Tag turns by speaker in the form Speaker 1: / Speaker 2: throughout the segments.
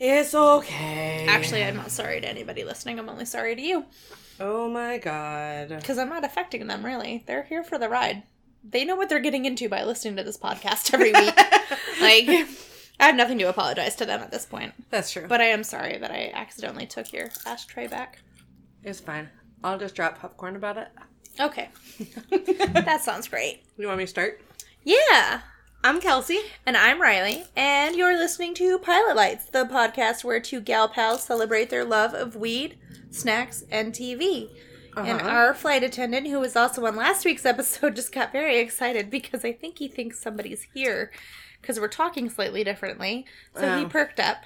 Speaker 1: It's okay.
Speaker 2: Actually, I'm not sorry to anybody listening. I'm only sorry to you
Speaker 1: Oh my god.
Speaker 2: because I'm not affecting them, really. They're here for the ride. They know what they're getting into by listening to this podcast every week. like, I have nothing to apologize to them at this point.
Speaker 1: That's true. But
Speaker 2: But I am sorry that I accidentally took your ashtray back.
Speaker 1: it's fine. I'll just drop popcorn about it.
Speaker 2: Okay. that sounds great.
Speaker 1: You want me to start?
Speaker 2: Yeah. I'm Kelsey. And I'm Riley. And you're listening to Pilot Lights, the podcast where two gal pals celebrate their love of weed, snacks, and TV. And
Speaker 1: Uh-huh.
Speaker 2: our flight attendant, who was also on last week's episode, just got very excited because I think he thinks somebody's here because we're talking slightly differently. So he
Speaker 1: Oh.
Speaker 2: perked up.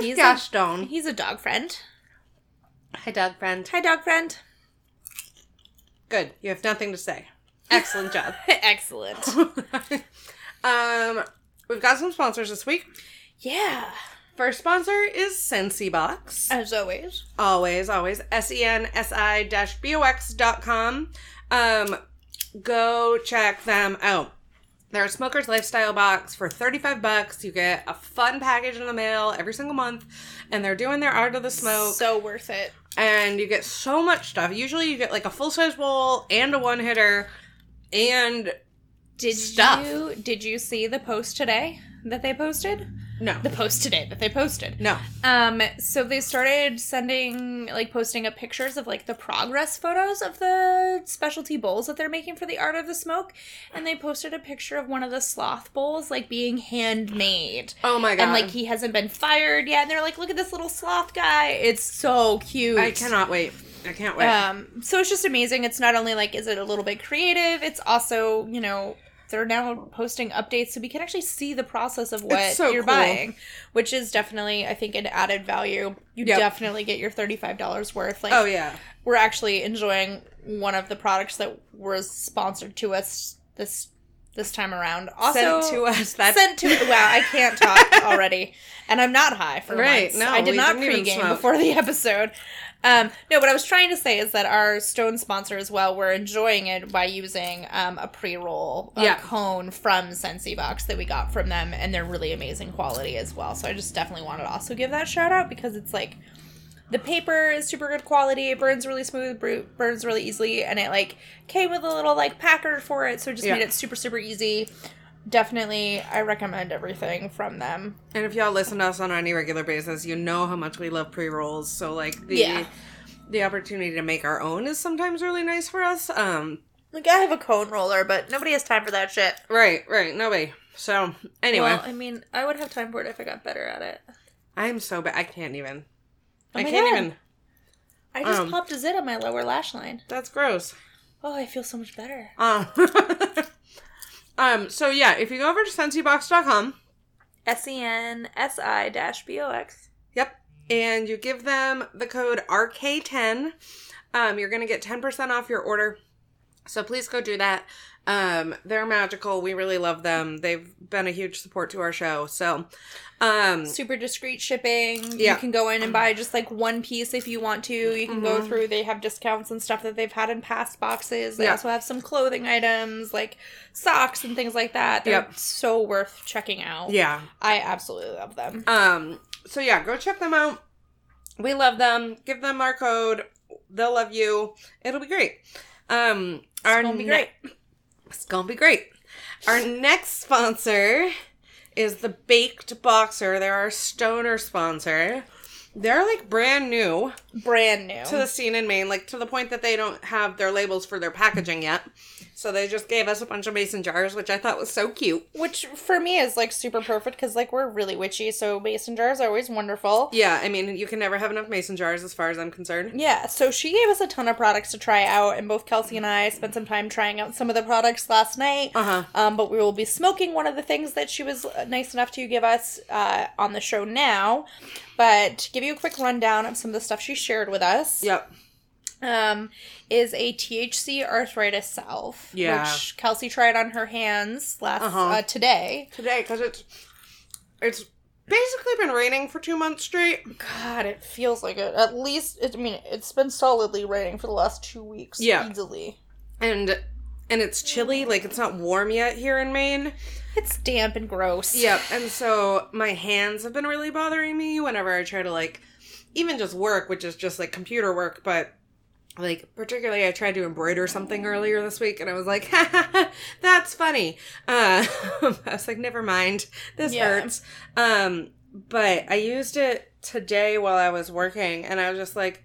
Speaker 2: He's
Speaker 1: Gosh
Speaker 2: a,
Speaker 1: darn.
Speaker 2: he's a dog friend.
Speaker 1: Hi, dog friend.
Speaker 2: Hi, dog friend.
Speaker 1: Good. You have nothing to say. Excellent job.
Speaker 2: Excellent.
Speaker 1: um, we've got some sponsors this week.
Speaker 2: yeah.
Speaker 1: First sponsor is Sensi Box.
Speaker 2: As always.
Speaker 1: always always E s-e-n-s-i dash b-o-x dot com um go check them out they're a smoker's lifestyle box for 35 bucks you get a fun package in the mail every single month and they're doing their art of the smoke
Speaker 2: So worth it.
Speaker 1: and you get so much stuff usually you get like a full-size bowl and a one-hitter and
Speaker 2: Did
Speaker 1: stuff.
Speaker 2: you did you see the post today that they posted?
Speaker 1: no
Speaker 2: The post today that they posted.
Speaker 1: no
Speaker 2: Um so they started sending like posting up pictures of like the progress photos of the specialty bowls that they're making for the art of the smoke and they posted a picture of one of the sloth bowls like being handmade.
Speaker 1: oh my god
Speaker 2: And like he hasn't been fired yet and they're like look at this little sloth guy. It's so cute.
Speaker 1: i cannot wait i can't wait
Speaker 2: Um, so it's just amazing. It's not only like is it a little bit creative, it's also you know they're now posting updates so we can actually see the process of what
Speaker 1: It's so
Speaker 2: you're
Speaker 1: cool.
Speaker 2: buying, which is definitely I think an added value. You
Speaker 1: Yep.
Speaker 2: definitely get your thirty five dollars worth. Like
Speaker 1: oh yeah
Speaker 2: we're actually enjoying one of the products that was sponsored to us this this time around. Also
Speaker 1: sent to us that
Speaker 2: sent to wow i can't talk already and i'm not high for
Speaker 1: Right,
Speaker 2: once.
Speaker 1: no,
Speaker 2: i did
Speaker 1: we
Speaker 2: not
Speaker 1: didn't even
Speaker 2: pregame
Speaker 1: smoke.
Speaker 2: before the episode um, no what i was trying to say is that our stone sponsor as well we're enjoying it by using um, a pre-roll a
Speaker 1: Yeah.
Speaker 2: cone from sensi box that we got from them and they're really amazing quality as well so i just definitely wanted to also give that shout out because it's like the paper is super good quality. It burns really smooth, bru- burns really easily, and it like came with a little like packer for it, so it just
Speaker 1: Yeah.
Speaker 2: made it super super easy. Definitely, I recommend everything from them.
Speaker 1: And if y'all listen to us on any regular basis, you know how much we love pre rolls. So like the
Speaker 2: Yeah.
Speaker 1: the opportunity to make our own is sometimes really nice for us. Um
Speaker 2: Like I have a cone roller, but nobody has time for that shit.
Speaker 1: right, right, no way. So anyway,
Speaker 2: Well, I mean, I would have time for it if I got better at it.
Speaker 1: I'm so bad I can't even.
Speaker 2: Oh
Speaker 1: I
Speaker 2: my
Speaker 1: can't
Speaker 2: God.
Speaker 1: even
Speaker 2: I just
Speaker 1: Um.
Speaker 2: popped a zit on my lower lash line.
Speaker 1: that's gross.
Speaker 2: Oh, I feel so much better.
Speaker 1: Um, um so yeah, if you go over to sensibox.com,
Speaker 2: S e n s i dash b o x.
Speaker 1: Yep. And you give them the code RK10. Um, you're going to get 10% off your order. So please go do that. Um, they're magical. We really love them. They've been a huge support to our show. So, um,
Speaker 2: super discreet shipping.
Speaker 1: Yeah.
Speaker 2: You can go in and buy just like one piece if you want to. You can go
Speaker 1: Mhm.
Speaker 2: through, they have discounts and stuff that they've had in past boxes. They
Speaker 1: Yeah.
Speaker 2: also have some clothing items like socks and things like that. They're
Speaker 1: Yep.
Speaker 2: so worth checking out.
Speaker 1: yeah.
Speaker 2: I absolutely love them.
Speaker 1: Um, so yeah, go check them out. We love them. Give them our code. They'll love you. It'll be great. Um, our
Speaker 2: gonna be
Speaker 1: ne-
Speaker 2: great.
Speaker 1: It's gonna be great. Our next sponsor is the Baked Boxer. They're our stoner sponsor. They're like brand new
Speaker 2: Brand new.
Speaker 1: to the scene in Maine, like to the point that they don't have their labels for their packaging yet. So they just gave us a bunch of mason jars, which I thought was so cute.
Speaker 2: Which for me is like super perfect because like we're really witchy, so mason jars are always wonderful.
Speaker 1: Yeah, I mean, you can never have enough mason jars as far as I'm concerned.
Speaker 2: Yeah, so she gave us a ton of products to try out, and both Kelsey and I spent some time trying out some of the products last night.
Speaker 1: Uh-huh.
Speaker 2: Um, but we will be smoking one of the things that she was uh, nice enough to give us uh, on the show now. But to give you a quick rundown of some of the stuff she shared with us,
Speaker 1: Yep.
Speaker 2: um, is a THC arthritis salve,
Speaker 1: Yeah.
Speaker 2: which Kelsey tried on her hands last
Speaker 1: Uh-huh.
Speaker 2: uh, today.
Speaker 1: Today, because it's it's basically been raining for two months straight.
Speaker 2: God, it feels like it. At least, it, I mean, it's been solidly raining for the last two weeks.
Speaker 1: Yeah.
Speaker 2: easily.
Speaker 1: and and it's chilly like it's not warm yet here in maine
Speaker 2: It's damp and gross.
Speaker 1: yep and so my hands have been really bothering me whenever i try to like even just work which is just like computer work but like particularly i tried to embroider something earlier this week and i was like ha, ha, ha, that's funny uh, i was like never mind this
Speaker 2: Yeah.
Speaker 1: hurts um but i used it today while i was working and i was just like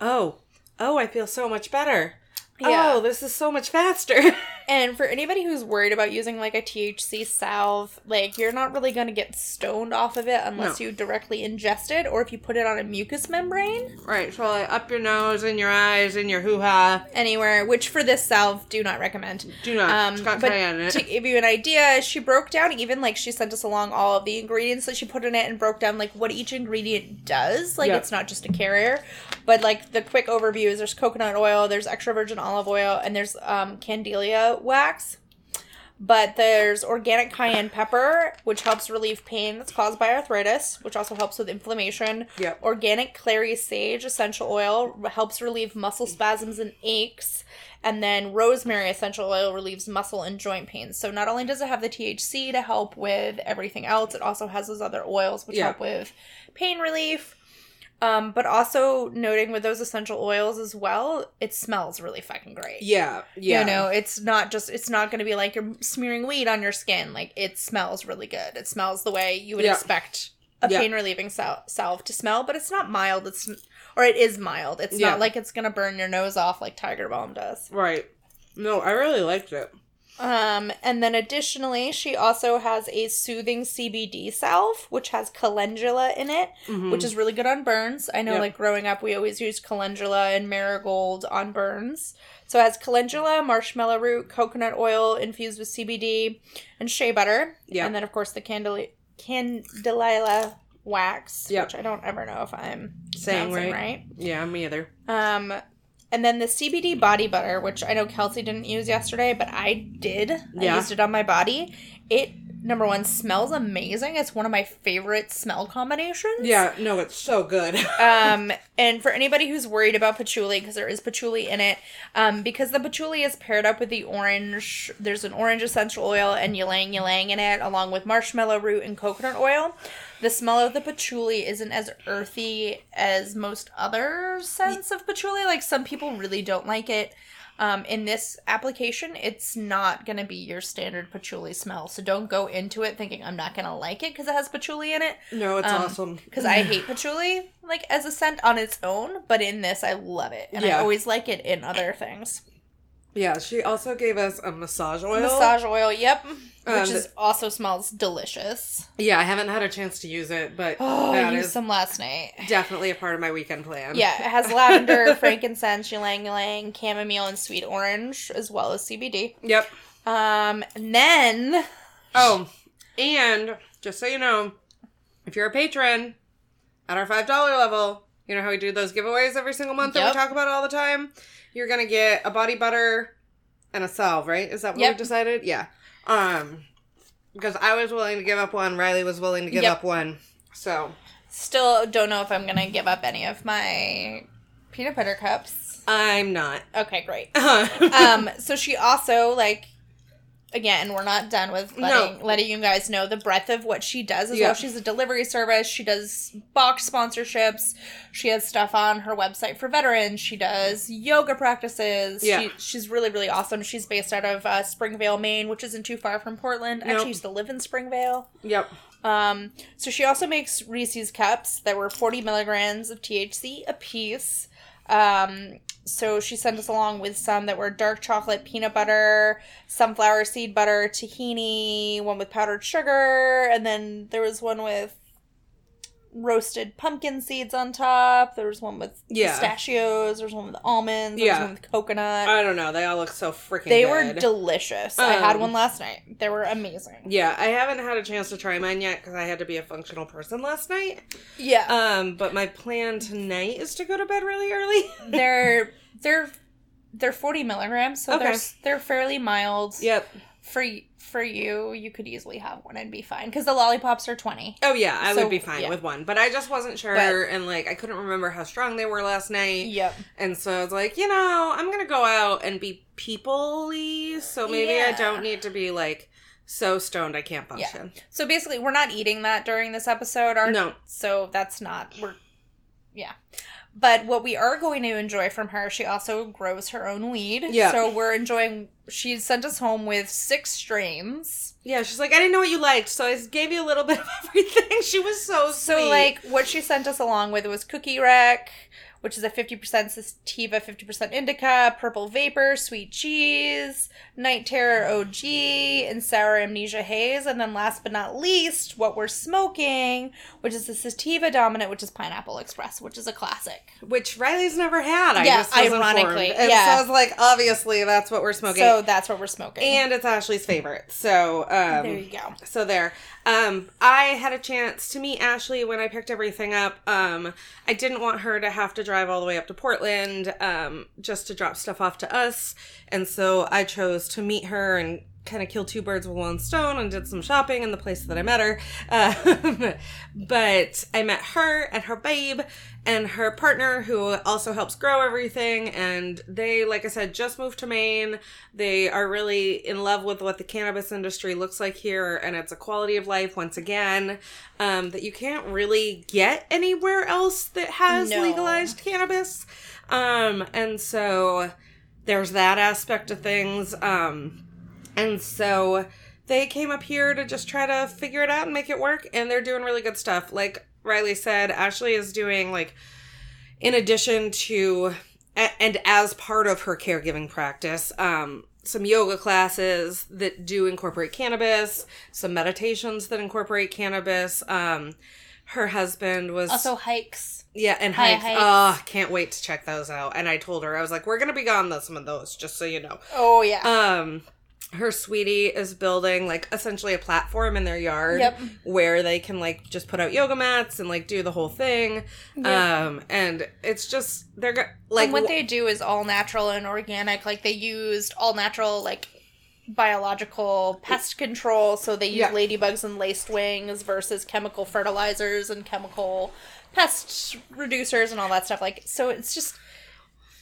Speaker 1: oh oh i feel so much better
Speaker 2: Yeah.
Speaker 1: oh this is so much faster
Speaker 2: And for anybody who's worried about using like a THC salve, like you're not really going to get stoned off of it unless you directly ingest it or if you put it on a mucous membrane
Speaker 1: Right, so like up your nose and your eyes and your hoo ha.
Speaker 2: anywhere, which for this salve, do not recommend.
Speaker 1: Do not.
Speaker 2: Um,
Speaker 1: it's got
Speaker 2: but
Speaker 1: cayenne in it.
Speaker 2: to give you an idea, she broke down even like she sent us along all of the ingredients that she put in it and broke down like what each ingredient does. Like
Speaker 1: Yeah.
Speaker 2: it's not just a carrier, but like the quick overview is there's coconut oil, there's extra virgin olive oil, and there's um, candelia wax. But there's organic cayenne pepper, which helps relieve pain that's caused by arthritis, which also helps with inflammation.
Speaker 1: Yep.
Speaker 2: Organic clary sage essential oil r- helps relieve muscle spasms and aches. And then rosemary essential oil relieves muscle and joint pain. So not only does it have the THC to help with everything else, it also has those other oils which
Speaker 1: Yeah.
Speaker 2: help with pain relief. Um, but also noting with those essential oils as well, it smells really fucking great.
Speaker 1: yeah, yeah.
Speaker 2: You know, it's not just it's not going to be like you're smearing weed on your skin. Like it smells really good. It smells the way you would
Speaker 1: Yeah.
Speaker 2: expect a
Speaker 1: Yeah.
Speaker 2: pain relieving sal- salve to smell, but it's not mild. It's or it is mild. It's
Speaker 1: Yeah.
Speaker 2: not like it's going to burn your nose off like Tiger Balm does.
Speaker 1: Right. No, I really liked it.
Speaker 2: Um, and then additionally, she also has a soothing CBD salve, which has calendula in it,
Speaker 1: Hmm.
Speaker 2: which is really good on burns. I know,
Speaker 1: Yep.
Speaker 2: like growing up, we always used calendula and marigold on burns. So it has calendula, marshmallow root, coconut oil infused with CBD, and shea butter.
Speaker 1: Yep.
Speaker 2: And then, of course, the candel- candelilla wax,
Speaker 1: Yep.
Speaker 2: which I don't ever know if I'm
Speaker 1: Saying
Speaker 2: pronouncing
Speaker 1: right.
Speaker 2: right.
Speaker 1: Yeah, me either.
Speaker 2: Um, and then the CBD body butter, which I know Kelsey didn't use yesterday, but I did. I
Speaker 1: Yeah.
Speaker 2: used it on my body. It number one smells amazing. It's one of my favorite smell combinations.
Speaker 1: Yeah, no, it's so good.
Speaker 2: Um, and for anybody who's worried about patchouli, because there is patchouli in it, um, because the patchouli is paired up with the orange, there's an orange essential oil and ylang ylang in it, along with marshmallow root and coconut oil. The smell of the patchouli isn't as earthy as most other scents of patchouli. Like some people really don't like it. Um, in this application, it's not going to be your standard patchouli smell. So don't go into it thinking I'm not going to like it because it has patchouli in it
Speaker 1: no, it's
Speaker 2: Um,
Speaker 1: awesome.
Speaker 2: because I hate patchouli like as a scent on its own, but in this I love it, and I
Speaker 1: Yeah.
Speaker 2: always like it in other things.
Speaker 1: Yeah, she also gave us a massage oil.
Speaker 2: Massage oil, yep,
Speaker 1: Um,
Speaker 2: which is also smells delicious.
Speaker 1: Yeah, I haven't had a chance to use it, but
Speaker 2: Oh,
Speaker 1: that
Speaker 2: I used
Speaker 1: is
Speaker 2: some last night.
Speaker 1: definitely a part of my weekend plan.
Speaker 2: Yeah, it has lavender, frankincense, ylang ylang, chamomile, and sweet orange, as well as CBD.
Speaker 1: Yep.
Speaker 2: Um, and then
Speaker 1: Oh, and just so you know, if you're a patron at our $5 level, you know how we do those giveaways every single month that
Speaker 2: Yep.
Speaker 1: we talk about all the time? You're going to get a body butter and a salve, right? Is that what
Speaker 2: Yep.
Speaker 1: we decided? Yeah. Um because I was willing to give up one, Riley was willing to give
Speaker 2: Yep.
Speaker 1: up one. So,
Speaker 2: still don't know if I'm gonna give up any of my peanut butter cups.
Speaker 1: I'm not.
Speaker 2: Okay, great.
Speaker 1: um,
Speaker 2: um so she also like again we're not done with letting, letting you guys know the breadth of what she does as
Speaker 1: Yeah.
Speaker 2: well she's a delivery service she does box sponsorships she has stuff on her website for veterans she does yoga practices
Speaker 1: Yeah.
Speaker 2: she, she's really really awesome she's based out of uh, springvale maine which isn't too far from portland I
Speaker 1: Nope.
Speaker 2: actually used to live in springvale
Speaker 1: yep.
Speaker 2: um, so she also makes Reese's cups that were 40 milligrams of THC apiece. Um, so she sent us along with some that were dark chocolate peanut butter, sunflower seed butter, tahini, one with powdered sugar, and then there was one with roasted pumpkin seeds on top. There was one with
Speaker 1: Yeah.
Speaker 2: pistachios. There was one with almonds. There
Speaker 1: Yeah.
Speaker 2: was one with coconut.
Speaker 1: I don't know. They all look so freaking.
Speaker 2: they
Speaker 1: good.
Speaker 2: were delicious. I had
Speaker 1: Um,
Speaker 2: one last night. They were amazing.
Speaker 1: yeah, I haven't had a chance to try mine yet because I had to be a functional person last night.
Speaker 2: Yeah.
Speaker 1: Um, but my plan tonight is to go to bed really early.
Speaker 2: they're they're they're 40 milligrams so they're
Speaker 1: Okay.
Speaker 2: s- they're fairly mild
Speaker 1: yep.
Speaker 2: for y- for you you could easily have one and be fine because the lollipops are 20
Speaker 1: Oh yeah, I
Speaker 2: So,
Speaker 1: would be fine
Speaker 2: yeah.
Speaker 1: with one, but I just wasn't sure,
Speaker 2: But-
Speaker 1: and like I couldn't remember how strong they were last night,
Speaker 2: yep
Speaker 1: and so I was like, you know, I'm gonna go out and be people-y, so maybe I
Speaker 2: Yeah.
Speaker 1: don't need to be like so stoned I can't
Speaker 2: Yeah.
Speaker 1: function.
Speaker 2: so basically we're not eating that during this episode are
Speaker 1: No,
Speaker 2: so that's not we're yeah but what we are going to enjoy from her she also grows her own weed
Speaker 1: Yeah.
Speaker 2: so we're enjoying she sent us home with six strains
Speaker 1: yeah, she's like, I didn't know what you liked, so I gave you a little bit of everything. She was so
Speaker 2: So,
Speaker 1: sweet.
Speaker 2: like, what she sent us along with was Cookie Wreck, which is a 50% sativa, 50% indica, Purple Vapor, Sweet Cheese, Night Terror OG, and Sour Amnesia Haze. And then, last but not least, what we're smoking, which is the sativa dominant, which is Pineapple Express, which is a classic.
Speaker 1: which Riley's never had. I
Speaker 2: Yeah,
Speaker 1: just was
Speaker 2: ironically,
Speaker 1: informed. and
Speaker 2: yeah.
Speaker 1: so I was like, obviously, that's what we're smoking,
Speaker 2: So, that's what we're smoking.
Speaker 1: and it's Ashley's favorite. So um,
Speaker 2: there you go.
Speaker 1: so there um i had a chance to meet ashley when i picked everything up um i didn't want her to have to drive all the way up to portland um just to drop stuff off to us and so i chose to meet her and kind of kill two birds with one stone and did some shopping in the place that i met her um, but i met her and her babe and her partner who also helps grow everything and they like i said just moved to maine they are really in love with what the cannabis industry looks like here and it's a quality of life once again um, that you can't really get anywhere else that has
Speaker 2: No.
Speaker 1: legalized cannabis um, and so there's that aspect of things um, and so they came up here to just try to figure it out and make it work and they're doing really good stuff like riley said ashley is doing like in addition to a- and as part of her caregiving practice um some yoga classes that do incorporate cannabis some meditations that incorporate cannabis um her husband was
Speaker 2: Also, hikes.
Speaker 1: yeah, and
Speaker 2: Hi,
Speaker 1: hikes.
Speaker 2: hikes.
Speaker 1: Oh, can't wait to check those out. And I told her I was like, we're gonna be gone though some of those, just so you know.
Speaker 2: Oh, yeah.
Speaker 1: Um, her sweetie is building like essentially a platform in their yard
Speaker 2: Yep.
Speaker 1: where they can like just put out yoga mats and like do the whole thing. Um, and it's just they're go- like
Speaker 2: and what they do is all natural and organic. Like they used all natural, like biological pest control. So they use
Speaker 1: Yeah.
Speaker 2: ladybugs and laced wings versus chemical fertilizers and chemical pest reducers and all that stuff. Like so, it's just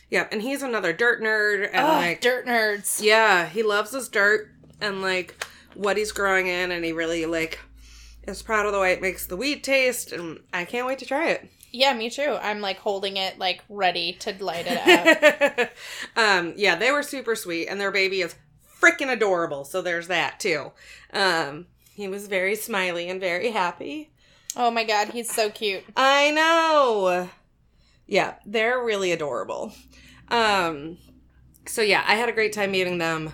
Speaker 1: yeah, and he's another dirt nerd and
Speaker 2: ugh,
Speaker 1: like
Speaker 2: dirt nerds.
Speaker 1: Yeah, he loves his dirt and like what he's growing in, and he really like is proud of the way it makes the weed taste. And I can't wait to try
Speaker 2: Yeah, me too. I'm like holding it, like ready to light it up.
Speaker 1: it. um, yeah, they were super sweet, and their baby is freaking adorable. So there's that too. Um, he was very smiley and very happy.
Speaker 2: oh my god, he's so cute.
Speaker 1: I know. Yeah, they're really adorable. Um, so yeah, I had a great time meeting them.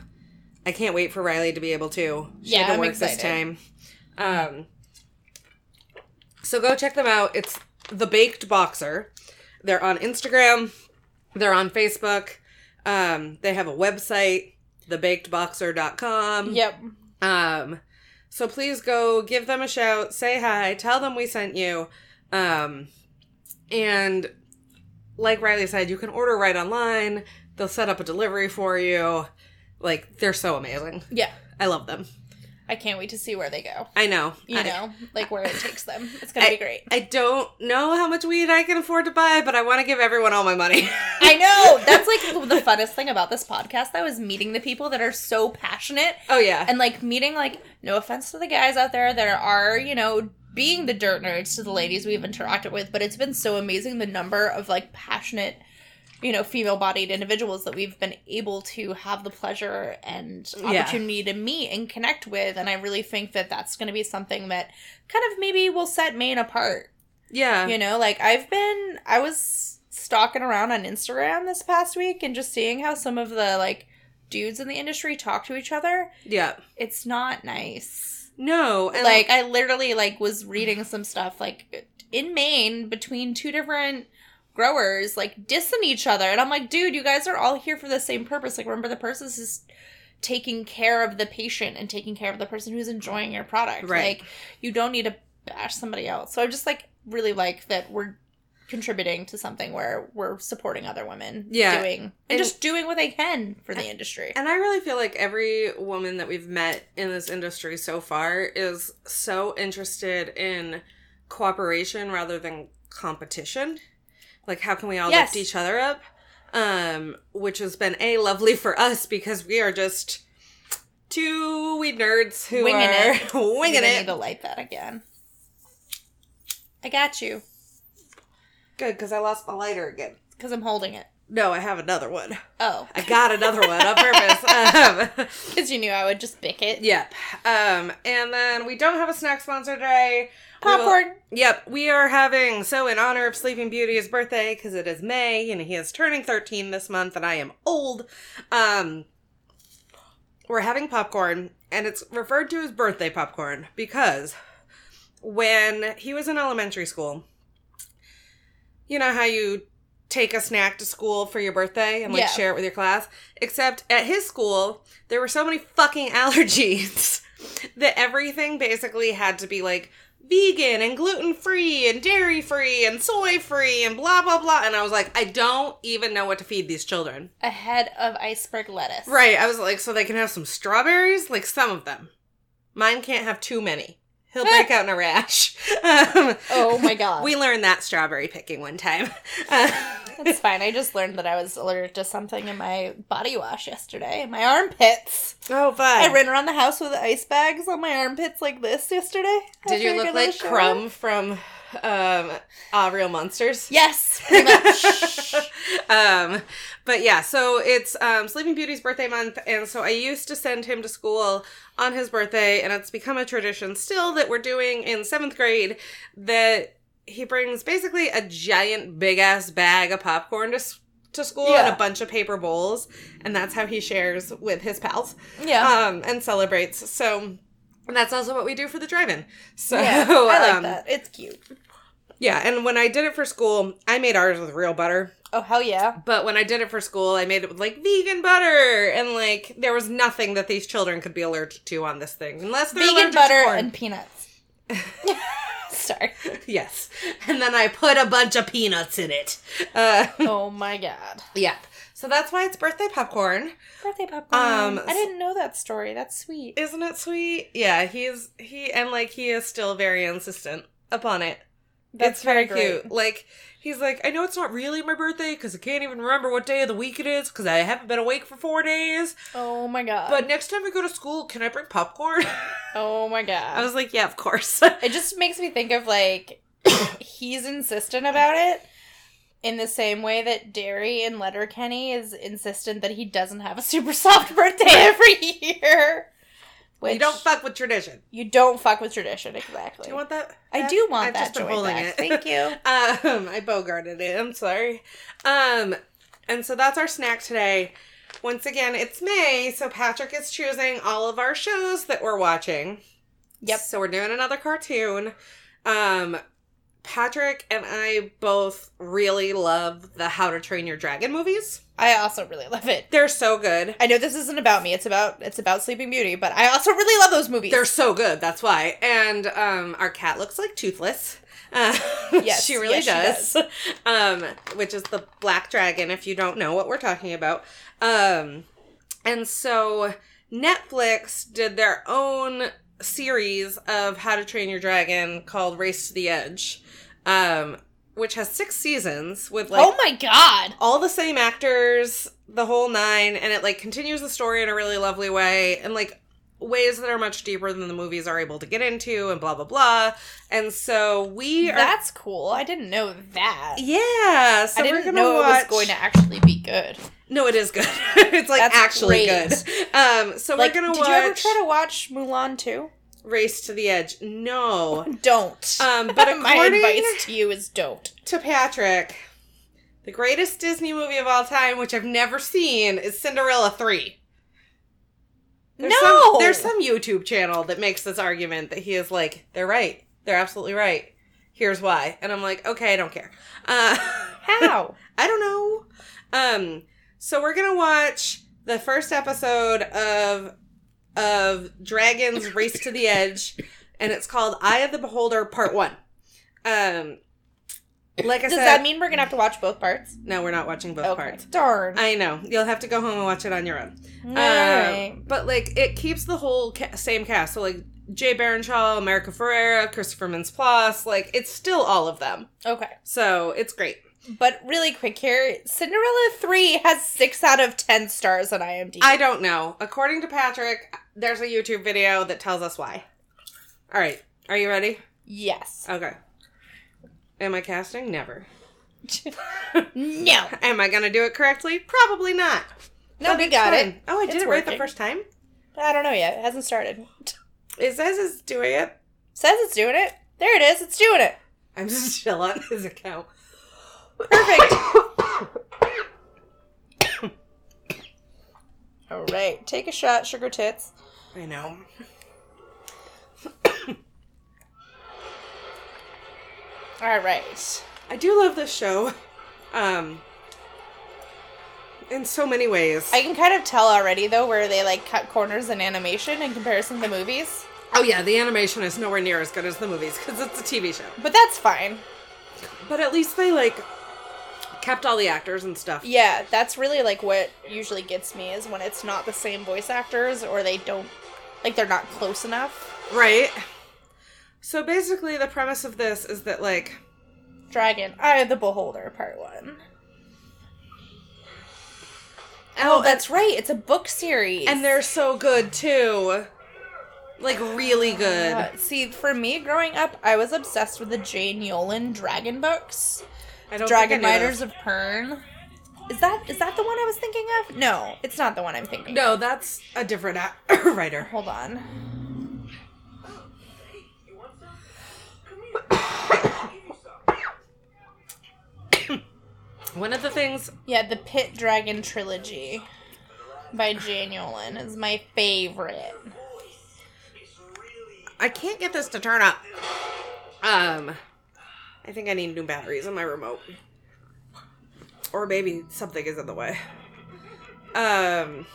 Speaker 1: I can't wait for Riley to be able to. She
Speaker 2: Yeah,
Speaker 1: had to
Speaker 2: I'm
Speaker 1: work
Speaker 2: excited.
Speaker 1: this time. Um, so go check them out. It's the Baked Boxer. They're on Instagram. They're on Facebook. Um, they have a website, thebakedboxer.com.
Speaker 2: Yep.
Speaker 1: Um, so please go give them a shout, say hi, tell them we sent you. Um, and like Riley said, you can order right online. They'll set up a delivery for you. Like they're so amazing.
Speaker 2: Yeah.
Speaker 1: I love them.
Speaker 2: I can't wait to see where they go.
Speaker 1: I know.
Speaker 2: You
Speaker 1: I,
Speaker 2: know, like where it takes them. It's gonna be great.
Speaker 1: I don't know how much weed I can afford to buy, but I want to give everyone all my money.
Speaker 2: I know. That's like the funnest thing about this podcast though is meeting the people that are so passionate
Speaker 1: oh yeah.
Speaker 2: and like meeting like no offense to the guys out there that are, you know, being the dirt nerds to the ladies we've interacted with, but it's been so amazing the number of like passionate you know, female bodied individuals that we've been able to have the pleasure and
Speaker 1: Yeah.
Speaker 2: opportunity to meet and connect with. And I really think that that's going to be something that kind of maybe will set Maine apart
Speaker 1: yeah.
Speaker 2: you know like i've been i was stalking around on Instagram this past week and just seeing how some of the like dudes in the industry talk to each other.
Speaker 1: Yeah.
Speaker 2: It's not nice.
Speaker 1: No. And
Speaker 2: like I literally like was reading some stuff like in Maine between two different growers like dissing each other and I'm like, dude, you guys are all here for the same purpose. Like remember the person is taking care of the patient and taking care of the person who's enjoying your product.
Speaker 1: Right.
Speaker 2: Like you don't need to bash somebody else. So I just like really like that we're contributing to something where we're supporting other women
Speaker 1: Yeah.
Speaker 2: doing and,
Speaker 1: And-
Speaker 2: just doing what they can for the industry.
Speaker 1: And I really feel like every woman that we've met in this industry so far is so interested in cooperation rather than competition. Like, how can we all
Speaker 2: Yes.
Speaker 1: lift each other up? Um, which has been a lovely for us because we are just two weed nerds who
Speaker 2: Winging
Speaker 1: are
Speaker 2: it.
Speaker 1: winging
Speaker 2: I need to
Speaker 1: it.
Speaker 2: light that again. I got you
Speaker 1: Good because I lost my lighter again.
Speaker 2: because I'm holding it.
Speaker 1: No, I have another one.
Speaker 2: Oh,
Speaker 1: I got another one on purpose. Um,
Speaker 2: because you knew I would just bick it.
Speaker 1: Yep. Um, and then we don't have a snack sponsor today. We will-
Speaker 2: Popcorn.
Speaker 1: yep. We are having, so in honor of Sleeping Beauty's birthday, because it is May and he is turning 13 this month and I am old, um, we're having popcorn and it's referred to as birthday popcorn because when he was in elementary school, you know how you take a snack to school for your birthday and like
Speaker 2: Yeah.
Speaker 1: share it with your class? Except at his school, there were so many fucking allergies that everything basically had to be like vegan and gluten free and dairy free and soy free and blah blah blah. And I was like, I don't even know what to feed these children.
Speaker 2: A head of iceberg lettuce.
Speaker 1: Right. I was like, so they can have some strawberries? Like some of them. Mine can't have too many. He'll break out in a rash. Um,
Speaker 2: Oh my god.
Speaker 1: we learned that strawberry picking one time. Uh,
Speaker 2: That's fine. I just learned that I was allergic to something in my body wash yesterday. in My armpits.
Speaker 1: oh,
Speaker 2: I
Speaker 1: fun.
Speaker 2: ran around the house with ice bags on my armpits like this yesterday. after
Speaker 1: Did
Speaker 2: I
Speaker 1: you
Speaker 2: got out
Speaker 1: look
Speaker 2: of
Speaker 1: like
Speaker 2: the shower.
Speaker 1: Crumb from um, Ah Real Monsters?
Speaker 2: Yes, pretty much.
Speaker 1: um, but yeah, so it's um, Sleeping Beauty's birthday month, and so I used to send him to school on his birthday, and it's become a tradition still that we're doing in seventh grade that he brings basically a giant big ass bag of popcorn to. s- To school and
Speaker 2: Yeah.
Speaker 1: a bunch of paper bowls, and that's how he shares with his pals
Speaker 2: yeah.
Speaker 1: um, and celebrates. So, and that's also what we do for the drive-in. So,
Speaker 2: yeah. I like
Speaker 1: um,
Speaker 2: that. It's cute.
Speaker 1: yeah. And when I did it for school, I made ours with real butter.
Speaker 2: Oh hell yeah.
Speaker 1: But when I did it for school, I made it with like vegan butter, and like there was nothing that these children could be allergic to on this thing, unless they're
Speaker 2: Vegan
Speaker 1: allergic
Speaker 2: butter
Speaker 1: to corn.
Speaker 2: and peanuts. Sorry.
Speaker 1: yes. And then I put a bunch of peanuts in it. Uh,
Speaker 2: Oh my god.
Speaker 1: yeah. So that's why it's birthday popcorn,
Speaker 2: Birthday popcorn.
Speaker 1: Um,
Speaker 2: I didn't know that story. That's sweet.
Speaker 1: isn't it sweet? Yeah, he's he and like he is still very insistent upon it.
Speaker 2: That's
Speaker 1: it's very
Speaker 2: great.
Speaker 1: cute. Like he's like, I know it's not really my birthday because I can't even remember what day of the week it is because I haven't been awake for four days.
Speaker 2: Oh my god.
Speaker 1: But next time I go to school, can I bring popcorn?
Speaker 2: oh my god.
Speaker 1: I was like, yeah, of course.
Speaker 2: It just makes me think of like he's insistent about it in the same way that Derry in Letterkenny is insistent that he doesn't have a super soft birthday every year. Which
Speaker 1: you don't fuck with tradition.
Speaker 2: you don't fuck with tradition exactly.
Speaker 1: Do you want that?
Speaker 2: I do want
Speaker 1: I've
Speaker 2: that
Speaker 1: just been
Speaker 2: joy
Speaker 1: holding
Speaker 2: back.
Speaker 1: it.
Speaker 2: Thank you.
Speaker 1: Um, I bogarted it. I'm sorry. Um, and so that's our snack today. Once again, it's May, so Patrick is choosing all of our shows that we're watching.
Speaker 2: Yep.
Speaker 1: So we're doing another cartoon. Um, Patrick and I both really love the How to Train Your Dragon movies.
Speaker 2: I also really love it.
Speaker 1: They're so good.
Speaker 2: I know this isn't about me. It's about it's about Sleeping Beauty, but I also really love those movies.
Speaker 1: They're so good. That's why. And um, our cat looks like toothless. Uh,
Speaker 2: Yes,
Speaker 1: she really
Speaker 2: yes,
Speaker 1: does. Um, which is the black dragon. If you don't know what we're talking about, um, and so Netflix did their own series of How to Train Your Dragon called Race to the Edge, um, which has six seasons with like
Speaker 2: oh my god.
Speaker 1: all the same actors, the whole nine, and it like continues the story in a really lovely way and like ways that are much deeper than the movies are able to get into and blah blah blah. And so we are
Speaker 2: That's cool. I didn't know that.
Speaker 1: Yeah. So
Speaker 2: I
Speaker 1: we're
Speaker 2: didn't
Speaker 1: gonna
Speaker 2: know
Speaker 1: watch...
Speaker 2: it was going to actually be good.
Speaker 1: No, it is good. it's like
Speaker 2: That's
Speaker 1: actually
Speaker 2: great.
Speaker 1: good. Um so
Speaker 2: like,
Speaker 1: we're gonna
Speaker 2: did
Speaker 1: watch
Speaker 2: you ever try to watch Mulan too?
Speaker 1: Race to the Edge. No.
Speaker 2: Don't.
Speaker 1: Um but
Speaker 2: My
Speaker 1: according
Speaker 2: advice to you is don't.
Speaker 1: to Patrick, The greatest Disney movie of all time, which I've never seen, is Cinderella 3. There's
Speaker 2: no,
Speaker 1: Some, there's some YouTube channel that makes this argument that he is like, they're right. They're absolutely right. Here's why. And I'm like, okay, I don't care. Uh,
Speaker 2: how
Speaker 1: I don't know. Um, so we're gonna watch the first episode of of Dragons Race to the Edge, and it's called Eye of the Beholder Part One. Um, like I
Speaker 2: does
Speaker 1: said,
Speaker 2: that mean we're gonna have to watch both parts?
Speaker 1: no, we're not watching both
Speaker 2: Okay.
Speaker 1: parts.
Speaker 2: Darn.
Speaker 1: I know you'll have to go home and watch it on your own.
Speaker 2: Alright.
Speaker 1: Um, but like it keeps the whole ca- same cast. So like Jay Baruchel, America Ferrera, Christopher Mintz-Plasse, like it's still all of them.
Speaker 2: Okay.
Speaker 1: So it's great.
Speaker 2: But really quick here, Cinderella 3 has 6 out of 10 stars on IMDb.
Speaker 1: I don't know. According to Patrick, there's a YouTube video that tells us why. All right. Are you ready?
Speaker 2: yes.
Speaker 1: Okay. Am I casting? Never.
Speaker 2: no.
Speaker 1: Am I going to do it correctly? Probably not.
Speaker 2: No,
Speaker 1: But
Speaker 2: we
Speaker 1: it's
Speaker 2: got
Speaker 1: fine.
Speaker 2: it.
Speaker 1: Oh, I did
Speaker 2: It's
Speaker 1: it right the
Speaker 2: working.
Speaker 1: first time?
Speaker 2: I don't know yet. It hasn't started.
Speaker 1: It says it's doing it.
Speaker 2: Says it's doing it. There it is. It's doing it.
Speaker 1: I'm still on his account.
Speaker 2: Perfect. All right. Take a shot, sugar tits.
Speaker 1: I know.
Speaker 2: All right.
Speaker 1: I do love this show. Um, in so many ways.
Speaker 2: I can kind of tell already, though, where they like cut corners in animation in comparison to the movies.
Speaker 1: oh, yeah, the animation is nowhere near as good as the movies because it's a TV show.
Speaker 2: But that's fine.
Speaker 1: But at least they like kept all the actors and stuff.
Speaker 2: Yeah, that's really like what usually gets me is when it's not the same voice actors or they don't like they're not close enough.
Speaker 1: Right. So basically the premise of this is that like
Speaker 2: Dragon, Eye of the Beholder, part one.
Speaker 1: oh,
Speaker 2: Oh, that's right. It's a book series.
Speaker 1: and they're so good too. Like really good.
Speaker 2: Uh, see, for me growing up, I was obsessed with the Jane Yolen Dragon books,
Speaker 1: I don't
Speaker 2: Dragon
Speaker 1: think I knew
Speaker 2: Riders of Pern. Is that is that the one I was thinking of? No, it's not the one I'm
Speaker 1: that.
Speaker 2: thinking. of.
Speaker 1: No, that's a different a- writer.
Speaker 2: Hold on.
Speaker 1: One of the things
Speaker 2: Yeah, the Pit Dragon trilogy by Jane Yolen is my favorite.
Speaker 1: I can't get this to turn up. Um I think I need new batteries on my remote. Or maybe something is in the way. Um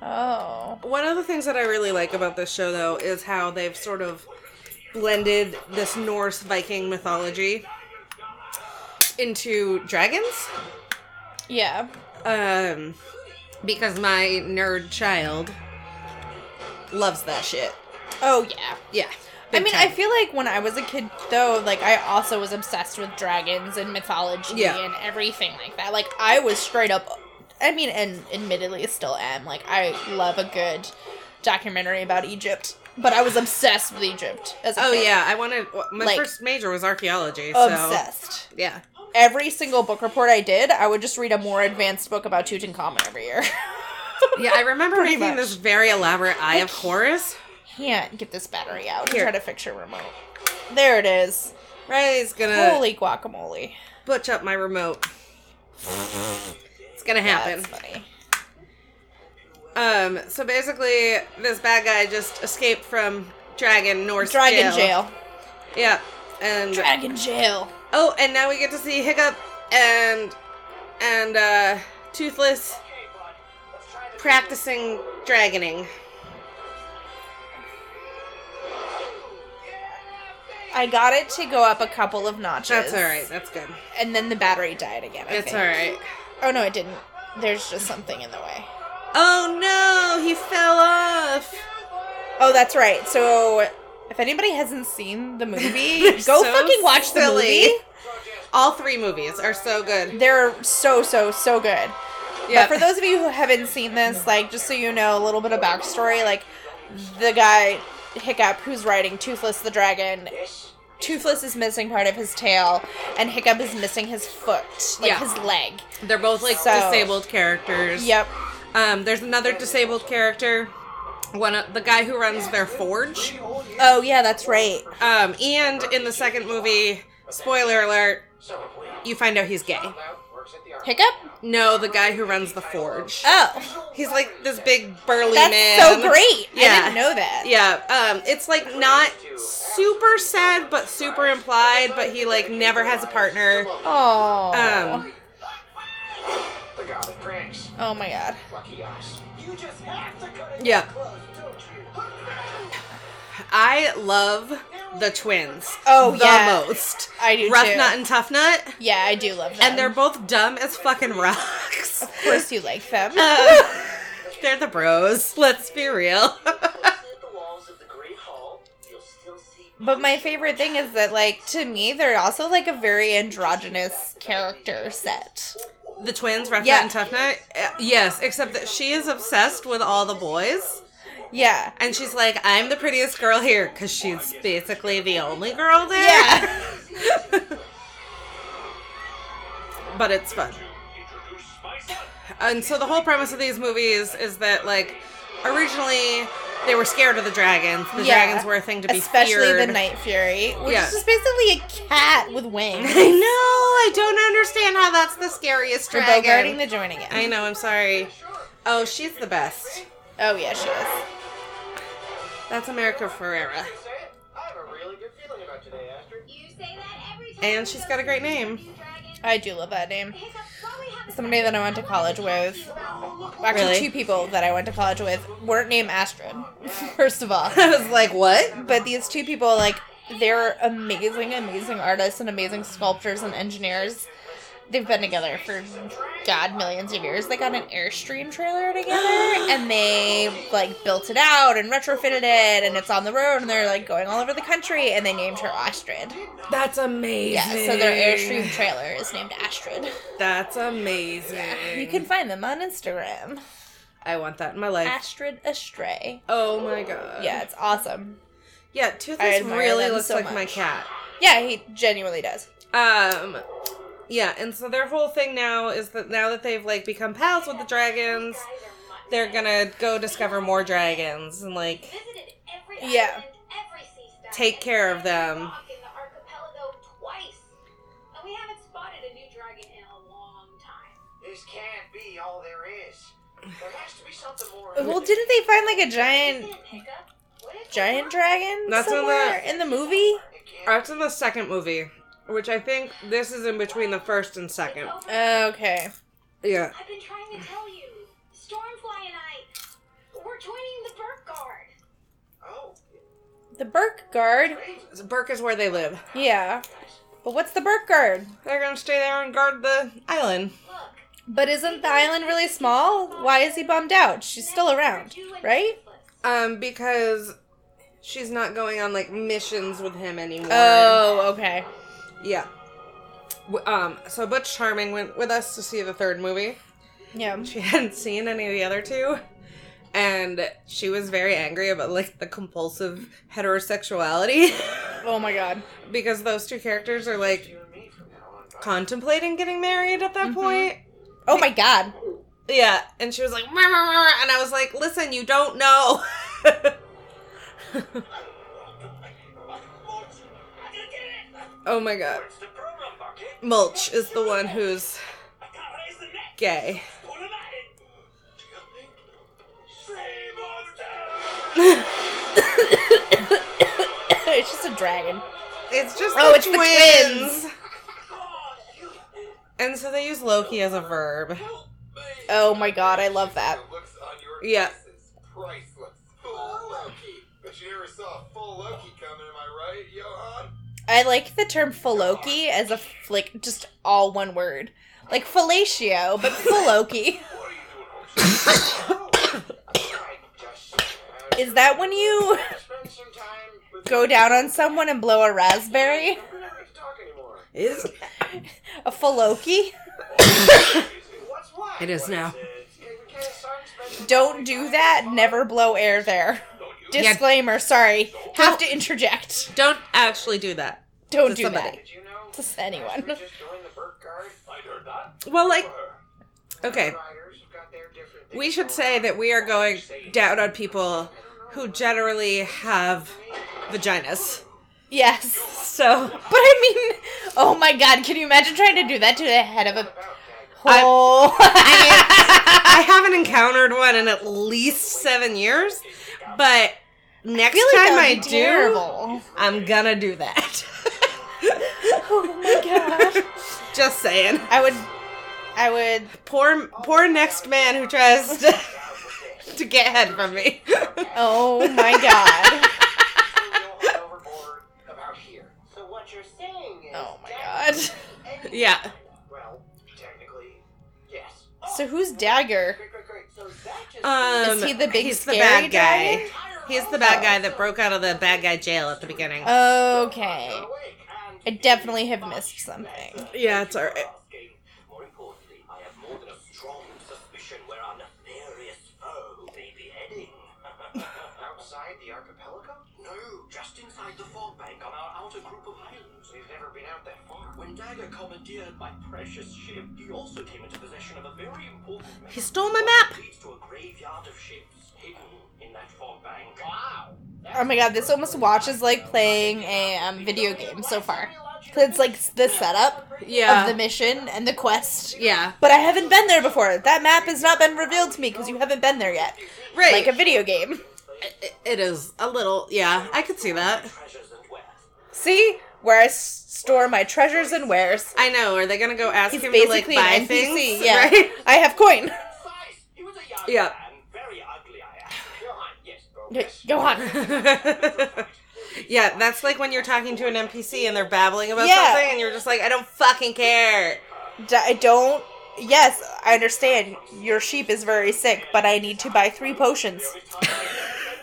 Speaker 2: Oh,
Speaker 1: One of the things that I really like about this show, though, is how they've sort of blended this Norse Viking mythology into dragons.
Speaker 2: yeah.
Speaker 1: Um, because my nerd child loves that shit.
Speaker 2: Oh yeah.
Speaker 1: Yeah.
Speaker 2: I mean, I feel like when I was a kid, though, like I also was obsessed with dragons and mythology
Speaker 1: Yeah.
Speaker 2: and everything like that. Like I was straight up, I mean, and admittedly still am. Like I love a good documentary about Egypt, but I was obsessed with Egypt as a
Speaker 1: Oh
Speaker 2: kid.
Speaker 1: yeah, I wanted my
Speaker 2: Like-
Speaker 1: first major was archaeology. So
Speaker 2: obsessed.
Speaker 1: yeah,
Speaker 2: Every single book report I did, I would just read a more advanced book about Tutankhamun every year.
Speaker 1: yeah. I remember
Speaker 2: Pretty
Speaker 1: making
Speaker 2: much.
Speaker 1: this very elaborate Eye of Horus.
Speaker 2: Can't get this battery out.
Speaker 1: Here.
Speaker 2: Try to fix your remote. There it is.
Speaker 1: Riley's gonna
Speaker 2: Holy guacamole.
Speaker 1: butch up my remote. It's gonna happen.
Speaker 2: That's funny.
Speaker 1: Um, so basically, this bad guy just escaped from Dragon Norse
Speaker 2: Dragon
Speaker 1: jail.
Speaker 2: jail.
Speaker 1: Yeah, and
Speaker 2: Dragon jail.
Speaker 1: oh, and now we get to see Hiccup and and uh, Toothless practicing dragoning.
Speaker 2: I got it to go up a couple of notches.
Speaker 1: That's all right. That's good.
Speaker 2: And then the battery died again. I
Speaker 1: That's
Speaker 2: think.
Speaker 1: all right.
Speaker 2: Oh no, it didn't. There's just something in the way.
Speaker 1: Oh no, he fell off.
Speaker 2: Oh, that's right. So if anybody hasn't seen the movie, go
Speaker 1: So
Speaker 2: fucking watch the
Speaker 1: silly.
Speaker 2: movie.
Speaker 1: All three movies are so good.
Speaker 2: They're so so so good.
Speaker 1: Yeah,
Speaker 2: But for those of you who haven't seen this, like just so you know a little bit of backstory, like the guy Hiccup who's riding Toothless the Dragon, Toothless is missing part of his tail, and Hiccup is missing his foot, like
Speaker 1: Yeah.
Speaker 2: his leg.
Speaker 1: they're both like
Speaker 2: So-
Speaker 1: disabled characters.
Speaker 2: Yep.
Speaker 1: Um, there's another disabled character. One of the guy who runs their forge.
Speaker 2: Oh yeah, that's right.
Speaker 1: Um, and in the second movie, spoiler alert, you find out he's gay.
Speaker 2: Hiccup?
Speaker 1: No, the guy who runs the forge.
Speaker 2: Oh,
Speaker 1: He's like this big burly
Speaker 2: that's
Speaker 1: man.
Speaker 2: so great. I
Speaker 1: Yeah.
Speaker 2: didn't know that.
Speaker 1: Yeah, um, it's like not super sad, but super implied. But he like never has a partner.
Speaker 2: Oh.
Speaker 1: Um,
Speaker 3: The god of pranks.
Speaker 2: oh my god.
Speaker 3: Lucky us. You just have to cut it
Speaker 1: Yeah.
Speaker 3: close, don't you? Look back.
Speaker 1: I love the twins.
Speaker 2: Oh,
Speaker 1: the
Speaker 2: yeah.
Speaker 1: most.
Speaker 2: I do
Speaker 1: Rough
Speaker 2: too.
Speaker 1: Nut and Tough Nut,
Speaker 2: Yeah, I do love them.
Speaker 1: and they're both dumb as fucking rocks.
Speaker 2: of course you like them.
Speaker 1: Um, they're the bros. Let's be real.
Speaker 3: Outside the walls of the great hall, you'll still see
Speaker 2: But my favorite thing is that, like, to me, they're also like a very androgynous character set.
Speaker 1: the twins, Rough
Speaker 2: Yeah.
Speaker 1: Nut and Tough Nut. Uh, Yes, except that she is obsessed with all the boys.
Speaker 2: Yeah.
Speaker 1: And she's like, I'm the prettiest girl here because she's basically the only girl there.
Speaker 2: Yeah.
Speaker 1: But it's fun. And so the whole premise of these movies is that, like, originally they were scared of the dragons. The
Speaker 2: Yeah.
Speaker 1: dragons were a thing to be
Speaker 2: Especially
Speaker 1: feared.
Speaker 2: the Night Fury, which
Speaker 1: Yeah.
Speaker 2: is just basically a cat with wings.
Speaker 1: I know. I don't understand how that's the scariest
Speaker 2: We're
Speaker 1: dragon.
Speaker 2: bogarting the joint again.
Speaker 1: I know. I'm sorry. Oh, she's the best.
Speaker 2: Oh yeah, she is.
Speaker 1: That's America Ferrera.
Speaker 3: You say it? I have a really good feeling about today, Astrid.
Speaker 4: You say that every time.
Speaker 1: And she's got a great name.
Speaker 2: I do love that name.
Speaker 4: Hiccup, while we have a
Speaker 2: Somebody that I went to college with. Actually,
Speaker 1: Really?
Speaker 2: two people that I went to college with weren't named Astrid. First of all,
Speaker 1: I was like, what?
Speaker 2: but these two people like they're amazing, amazing artists and amazing sculptors and engineers. They've been together for god millions of years. They got an Airstream trailer together and they like built it out and retrofitted it and it's on the road and they're like going all over the country and they named her Astrid.
Speaker 1: That's amazing.
Speaker 2: Yeah, so their Airstream trailer is named Astrid.
Speaker 1: That's amazing.
Speaker 2: You can find them on Instagram.
Speaker 1: I want that in my life.
Speaker 2: Astrid Astray.
Speaker 1: oh my god.
Speaker 2: Yeah, it's awesome.
Speaker 1: Yeah,
Speaker 2: I
Speaker 1: Toothless
Speaker 2: admire
Speaker 1: really
Speaker 2: them
Speaker 1: looks
Speaker 2: so
Speaker 1: like my
Speaker 2: much.
Speaker 1: cat.
Speaker 2: Yeah, he genuinely does.
Speaker 1: Um yeah, and so their whole thing now is that now that they've like become pals with the dragons, they're gonna go discover more dragons and like
Speaker 4: visited every
Speaker 2: Yeah.
Speaker 4: island, every sea star.
Speaker 1: take care of them.
Speaker 4: Walked in the archipelago twice. And we haven't spotted a new dragon in a long time.
Speaker 3: This can't be all there is. There has to be something more.
Speaker 2: Well, didn't they find like a giant
Speaker 4: Isn't it, Hiccup? What is
Speaker 2: giant dragon
Speaker 1: That's in
Speaker 2: somewhere
Speaker 1: the-
Speaker 2: in the movie?
Speaker 3: It can't
Speaker 1: After the second movie, which I think this is in between the first and second.
Speaker 4: Over.
Speaker 2: Uh, Okay.
Speaker 1: Yeah.
Speaker 4: I've been trying to tell you. Stormfly and I, we're joining the Burke Guard.
Speaker 3: Oh,
Speaker 2: The Burke Guard.
Speaker 1: Burke is where they live.
Speaker 2: Yeah. But what's the Burke Guard?
Speaker 1: They're gonna stay there and guard the island.
Speaker 4: Look.
Speaker 2: But isn't the island really small? Why is he bummed out? She's still around,
Speaker 4: you and
Speaker 2: right?
Speaker 4: Toothless.
Speaker 1: Um, because she's not going on like missions with him anymore.
Speaker 2: Oh, okay.
Speaker 1: Yeah. W- Um, so Butch Charming went with us to see the third movie.
Speaker 2: Yeah.
Speaker 1: She hadn't seen any of the other two. And she was very angry about like the compulsive heterosexuality
Speaker 2: Oh my god.
Speaker 1: because those two characters are like
Speaker 3: you and me from now on.
Speaker 1: contemplating getting married at that
Speaker 2: Mhm.
Speaker 1: point.
Speaker 2: Oh my god.
Speaker 1: Yeah, and she was like, "Rah, rah, rah, rah," and I was like, listen, you don't know. oh my god.
Speaker 3: It's the program bucket.
Speaker 1: Mulch is the one who's gay.
Speaker 2: it's just a dragon.
Speaker 1: It's just
Speaker 2: Oh,
Speaker 1: the
Speaker 2: it's the
Speaker 1: twins.
Speaker 3: Oh,
Speaker 1: And so they use Loki as a verb.
Speaker 2: Oh my god, I love that.
Speaker 3: looks on your
Speaker 1: Yeah.
Speaker 3: face is priceless. Full Loki. But you never saw a full Loki coming, am I right, Johan?
Speaker 2: I like the term Filoki as a f- like just all one word. Like fellatio, but Filoki.
Speaker 3: What are you doing, Oh, Ocean? I just said,
Speaker 2: Is that when you
Speaker 3: spend some time with
Speaker 2: go down on someone and blow a raspberry?
Speaker 3: We're not gonna talk anymore.
Speaker 1: Is
Speaker 2: A Filoki?
Speaker 3: What's what?
Speaker 1: It is
Speaker 3: What
Speaker 1: now.
Speaker 3: it? Hey, we can't assign special-
Speaker 2: Don't do that. Never blow air there. Disclaimer, sorry. Have to interject.
Speaker 1: don't actually do that.
Speaker 2: Don't
Speaker 1: To
Speaker 2: do
Speaker 1: somebody.
Speaker 3: Did you know?
Speaker 2: that to anyone.
Speaker 3: Astrid just joined the Burke Guard? I heard that.
Speaker 1: Well, like okay,
Speaker 3: Riders have got their different
Speaker 1: we should say that we are going down on people who generally have vaginas.
Speaker 2: Yes.
Speaker 1: So
Speaker 2: But I mean, oh my god, can you imagine trying to do that to the head of a hole.
Speaker 1: I haven't encountered one in at least seven years, but next time I do,
Speaker 2: terrible.
Speaker 1: I'm gonna do that.
Speaker 2: Oh my gosh.
Speaker 1: Just saying.
Speaker 2: I would. I would.
Speaker 1: Poor, poor next man who tries to, to get head from me.
Speaker 2: Oh my god.
Speaker 3: overboard about here.
Speaker 5: So what you're saying is
Speaker 2: Oh my god.
Speaker 5: technically-
Speaker 1: yeah.
Speaker 3: Well, technically, yes.
Speaker 5: Oh,
Speaker 2: So who's Dagger?
Speaker 3: Great, great, great.
Speaker 5: So that just
Speaker 1: Um,
Speaker 2: Is he the big
Speaker 1: he's
Speaker 2: scary Oh.
Speaker 1: the bad guy.
Speaker 2: dragon?
Speaker 1: He's the bad guy that broke out of the bad guy jail at the beginning.
Speaker 2: Oh, Okay.
Speaker 3: Awake and
Speaker 2: I definitely have missed something.
Speaker 1: yeah, it's alright.
Speaker 3: asking. More importantly, I have more than a strong suspicion where our nefarious foe may be heading. Outside the archipelago? No, just inside the fog bank on our outer group of islands. We've never been out that far. When Dagger commandeered my precious ship, he also came into possession of a very important map
Speaker 1: He stole my map.
Speaker 3: that leads to a graveyard of ships hidden in that fog bank.
Speaker 5: Wow.
Speaker 2: Oh my god, this almost watches like playing a um, video game so far. 'Cause It's like the setup
Speaker 1: Yeah.
Speaker 2: of the mission and the quest.
Speaker 1: yeah.
Speaker 2: But I haven't been there before. That map has not been revealed to me because you haven't been there yet.
Speaker 1: Right.
Speaker 2: Like a video game.
Speaker 1: It- it is a little. Yeah, I could see that.
Speaker 3: Treasures and wealth.
Speaker 2: See? Where I s- store my treasures and wares.
Speaker 1: I know. Are they gonna go ask
Speaker 2: He's
Speaker 1: him to like
Speaker 2: basically
Speaker 1: buy
Speaker 2: an NPC.
Speaker 1: things?
Speaker 2: yeah.
Speaker 1: Right?
Speaker 2: I have coin.
Speaker 3: Size. He was a young
Speaker 1: Yeah.
Speaker 3: man, very ugly, I am. Johan, yes. Oh,
Speaker 2: Y-
Speaker 3: yes.
Speaker 2: Johan.
Speaker 1: yeah, that's like when you're talking to an NPC and they're babbling about
Speaker 2: Yeah.
Speaker 1: something, and you're just like, I don't fucking care.
Speaker 2: D- I don't. Yes, I understand. Your sheep is very sick, but I need to buy three potions.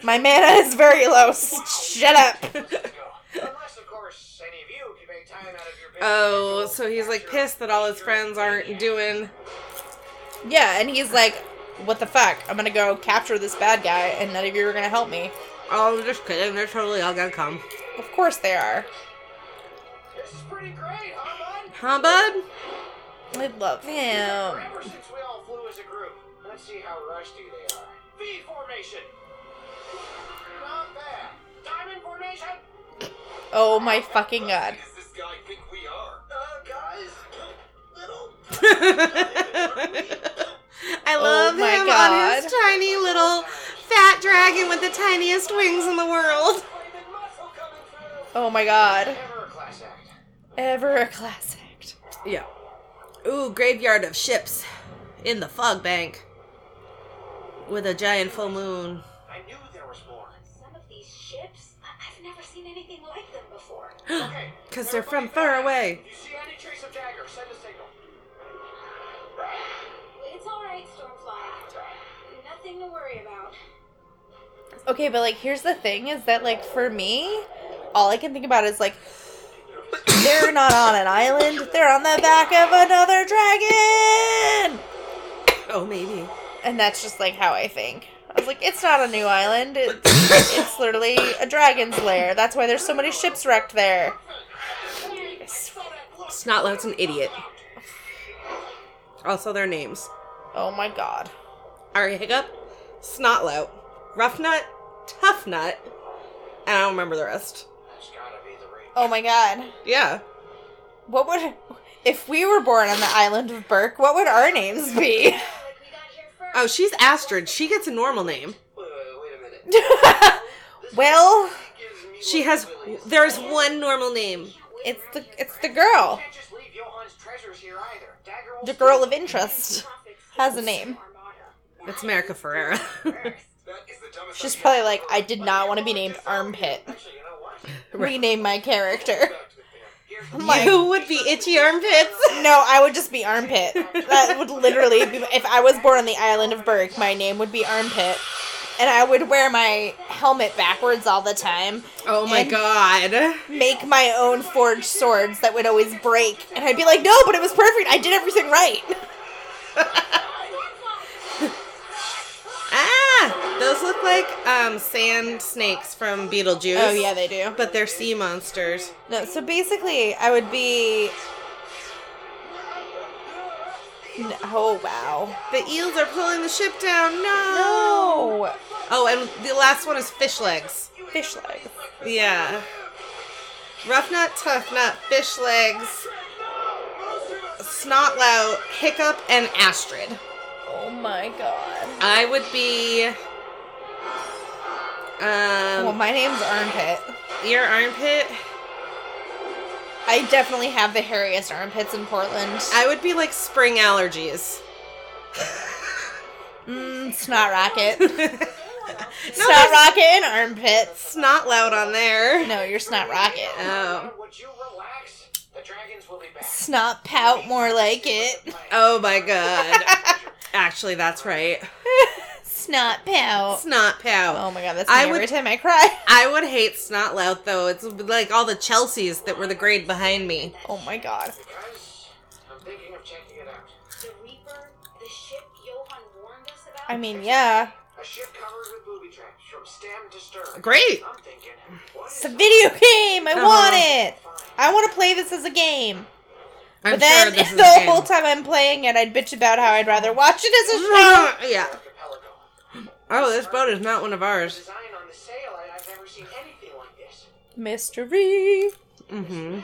Speaker 2: My mana is very low. S- Shut up.
Speaker 3: Unless, of course, any of you can make time out of your busy
Speaker 1: Oh,
Speaker 3: schedule
Speaker 1: so he's like
Speaker 3: after
Speaker 1: pissed that all his friends aren't doing.
Speaker 2: Yeah, and he's like, what the fuck? I'm gonna go capture this bad guy, and none of you are gonna help me.
Speaker 1: Oh, I'm just kidding. They're totally all gonna come.
Speaker 2: Of course they are.
Speaker 3: This is pretty great, huh, bud?
Speaker 1: Huh, bud?
Speaker 2: I love him.
Speaker 3: Ever since we all flew as a group, let's see how rusty they are. V formation. Not bad. Diamond formation.
Speaker 2: Oh my fucking god.
Speaker 3: Does this guy think we are? Uh, guys, little.
Speaker 1: I love
Speaker 2: Oh my
Speaker 1: him on
Speaker 2: God.
Speaker 1: his tiny little fat dragon with the tiniest wings in the world.
Speaker 3: Flaming muscle coming through.
Speaker 2: Oh my god.
Speaker 3: Never a class act.
Speaker 2: Ever a class act.
Speaker 1: Yeah. Ooh, graveyard of ships in the fog bank with a giant full moon.
Speaker 3: I knew there was more.
Speaker 4: Some of these ships, I- I've never seen anything like them before.
Speaker 3: Okay.
Speaker 1: 'Cause they're from
Speaker 3: everybody
Speaker 1: far
Speaker 3: back.
Speaker 1: away.
Speaker 3: If you see any trace of Dagger, send a signal.
Speaker 4: It's all right, Stormfly. Nothing to worry about.
Speaker 2: Okay, but like here's the thing is that like for me, all I can think about is like they're not on an island, they're on the back of another dragon.
Speaker 1: Oh, maybe.
Speaker 2: And that's just like how I think. I was like, it's not a new island. It's, it's literally a dragon's lair. That's why there's so many ships wrecked there.
Speaker 1: Snotlout's an idiot. Also, their names
Speaker 2: Oh my god.
Speaker 1: Ari Hiccup, Snotlout, Rough Nut, Tough Nut, and I don't remember the rest.
Speaker 3: That's gotta be the ring.
Speaker 2: Oh my god.
Speaker 1: Yeah.
Speaker 2: What would if we were born on the island of Burke, what would our names be?
Speaker 4: Like we got here first.
Speaker 1: Oh, she's Astrid. She gets a normal name.
Speaker 3: Wait, wait, wait a minute.
Speaker 2: well,
Speaker 3: Gives me
Speaker 1: She
Speaker 3: little
Speaker 1: has.
Speaker 3: willies.
Speaker 1: There's one normal name.
Speaker 2: it's the it's the girl.
Speaker 3: Can't just leave Johan's treasures here either. Dagger will
Speaker 2: The girl of interest has a name.
Speaker 1: It's America Ferrera.
Speaker 3: That is the dumbest
Speaker 2: She's
Speaker 3: idea.
Speaker 2: probably like, I did not want to be named Armpit.
Speaker 3: Actually, you know what?
Speaker 2: Rename my character.
Speaker 3: Back to the thing. Here's the
Speaker 2: I'm like,
Speaker 1: you would be itchy armpits.
Speaker 2: no, I would just be Armpit. That would literally be if I was born on the island of Burke, my name would be Armpit. And I would wear my helmet backwards all the time.
Speaker 1: Oh my god.
Speaker 2: Make my own forged swords that would always break. And I'd be like, no, but it was perfect. I did everything right.
Speaker 1: Ah, those look like um, sand snakes from Beetlejuice.
Speaker 2: Oh yeah, they do.
Speaker 1: but they're sea monsters.
Speaker 2: No, so basically, I would be. N- Oh wow!
Speaker 1: The eels are pulling the ship down. No.
Speaker 2: No,
Speaker 1: Oh, and the last one is fish legs.
Speaker 2: fish legs.
Speaker 1: Yeah. Rough nut, tough nut, fish legs, Snotlout, Hiccup, and Astrid.
Speaker 2: Oh my god.
Speaker 1: I would be. Um,
Speaker 2: well, my name's Armpit.
Speaker 1: your armpit.
Speaker 2: I definitely have the hairiest armpits in Portland.
Speaker 1: I would be like spring allergies.
Speaker 2: Mm, snot rocket. snot
Speaker 1: there's-
Speaker 2: rocket and armpits.
Speaker 1: It's not loud on there.
Speaker 2: No, you're snot rocket.
Speaker 1: Oh.
Speaker 3: Would you relax? The dragons will be back.
Speaker 2: Snot pout more like it.
Speaker 1: Oh my god. Actually, that's right.
Speaker 2: Snot pout.
Speaker 1: Snot pout.
Speaker 2: Oh my god, that's me
Speaker 1: I
Speaker 2: every
Speaker 1: would-
Speaker 2: time I cry.
Speaker 1: I would hate snot loud though. It's like all the Chelseas that were the grade behind me.
Speaker 2: Oh my god.
Speaker 3: Because I'm thinking of checking it out.
Speaker 4: The Reaper, the ship Johan warned us about.
Speaker 2: I mean, yeah.
Speaker 3: A ship covered with booby traps from stem to stern.
Speaker 1: Great.
Speaker 3: I'm thinking, what is
Speaker 2: It's a video game. I
Speaker 1: Uh-huh.
Speaker 2: want it. I want to play this as a game.
Speaker 1: I'm
Speaker 2: but then
Speaker 1: sure this is
Speaker 2: the
Speaker 1: a game.
Speaker 2: whole time I'm playing it, I'd bitch about how I'd rather watch it as a show.
Speaker 1: yeah.
Speaker 3: archipelago?
Speaker 1: Oh, this boat is not one of ours.
Speaker 3: Design on the sail, I, I've never seen anything like this.
Speaker 2: Mystery.
Speaker 1: Mm-hmm.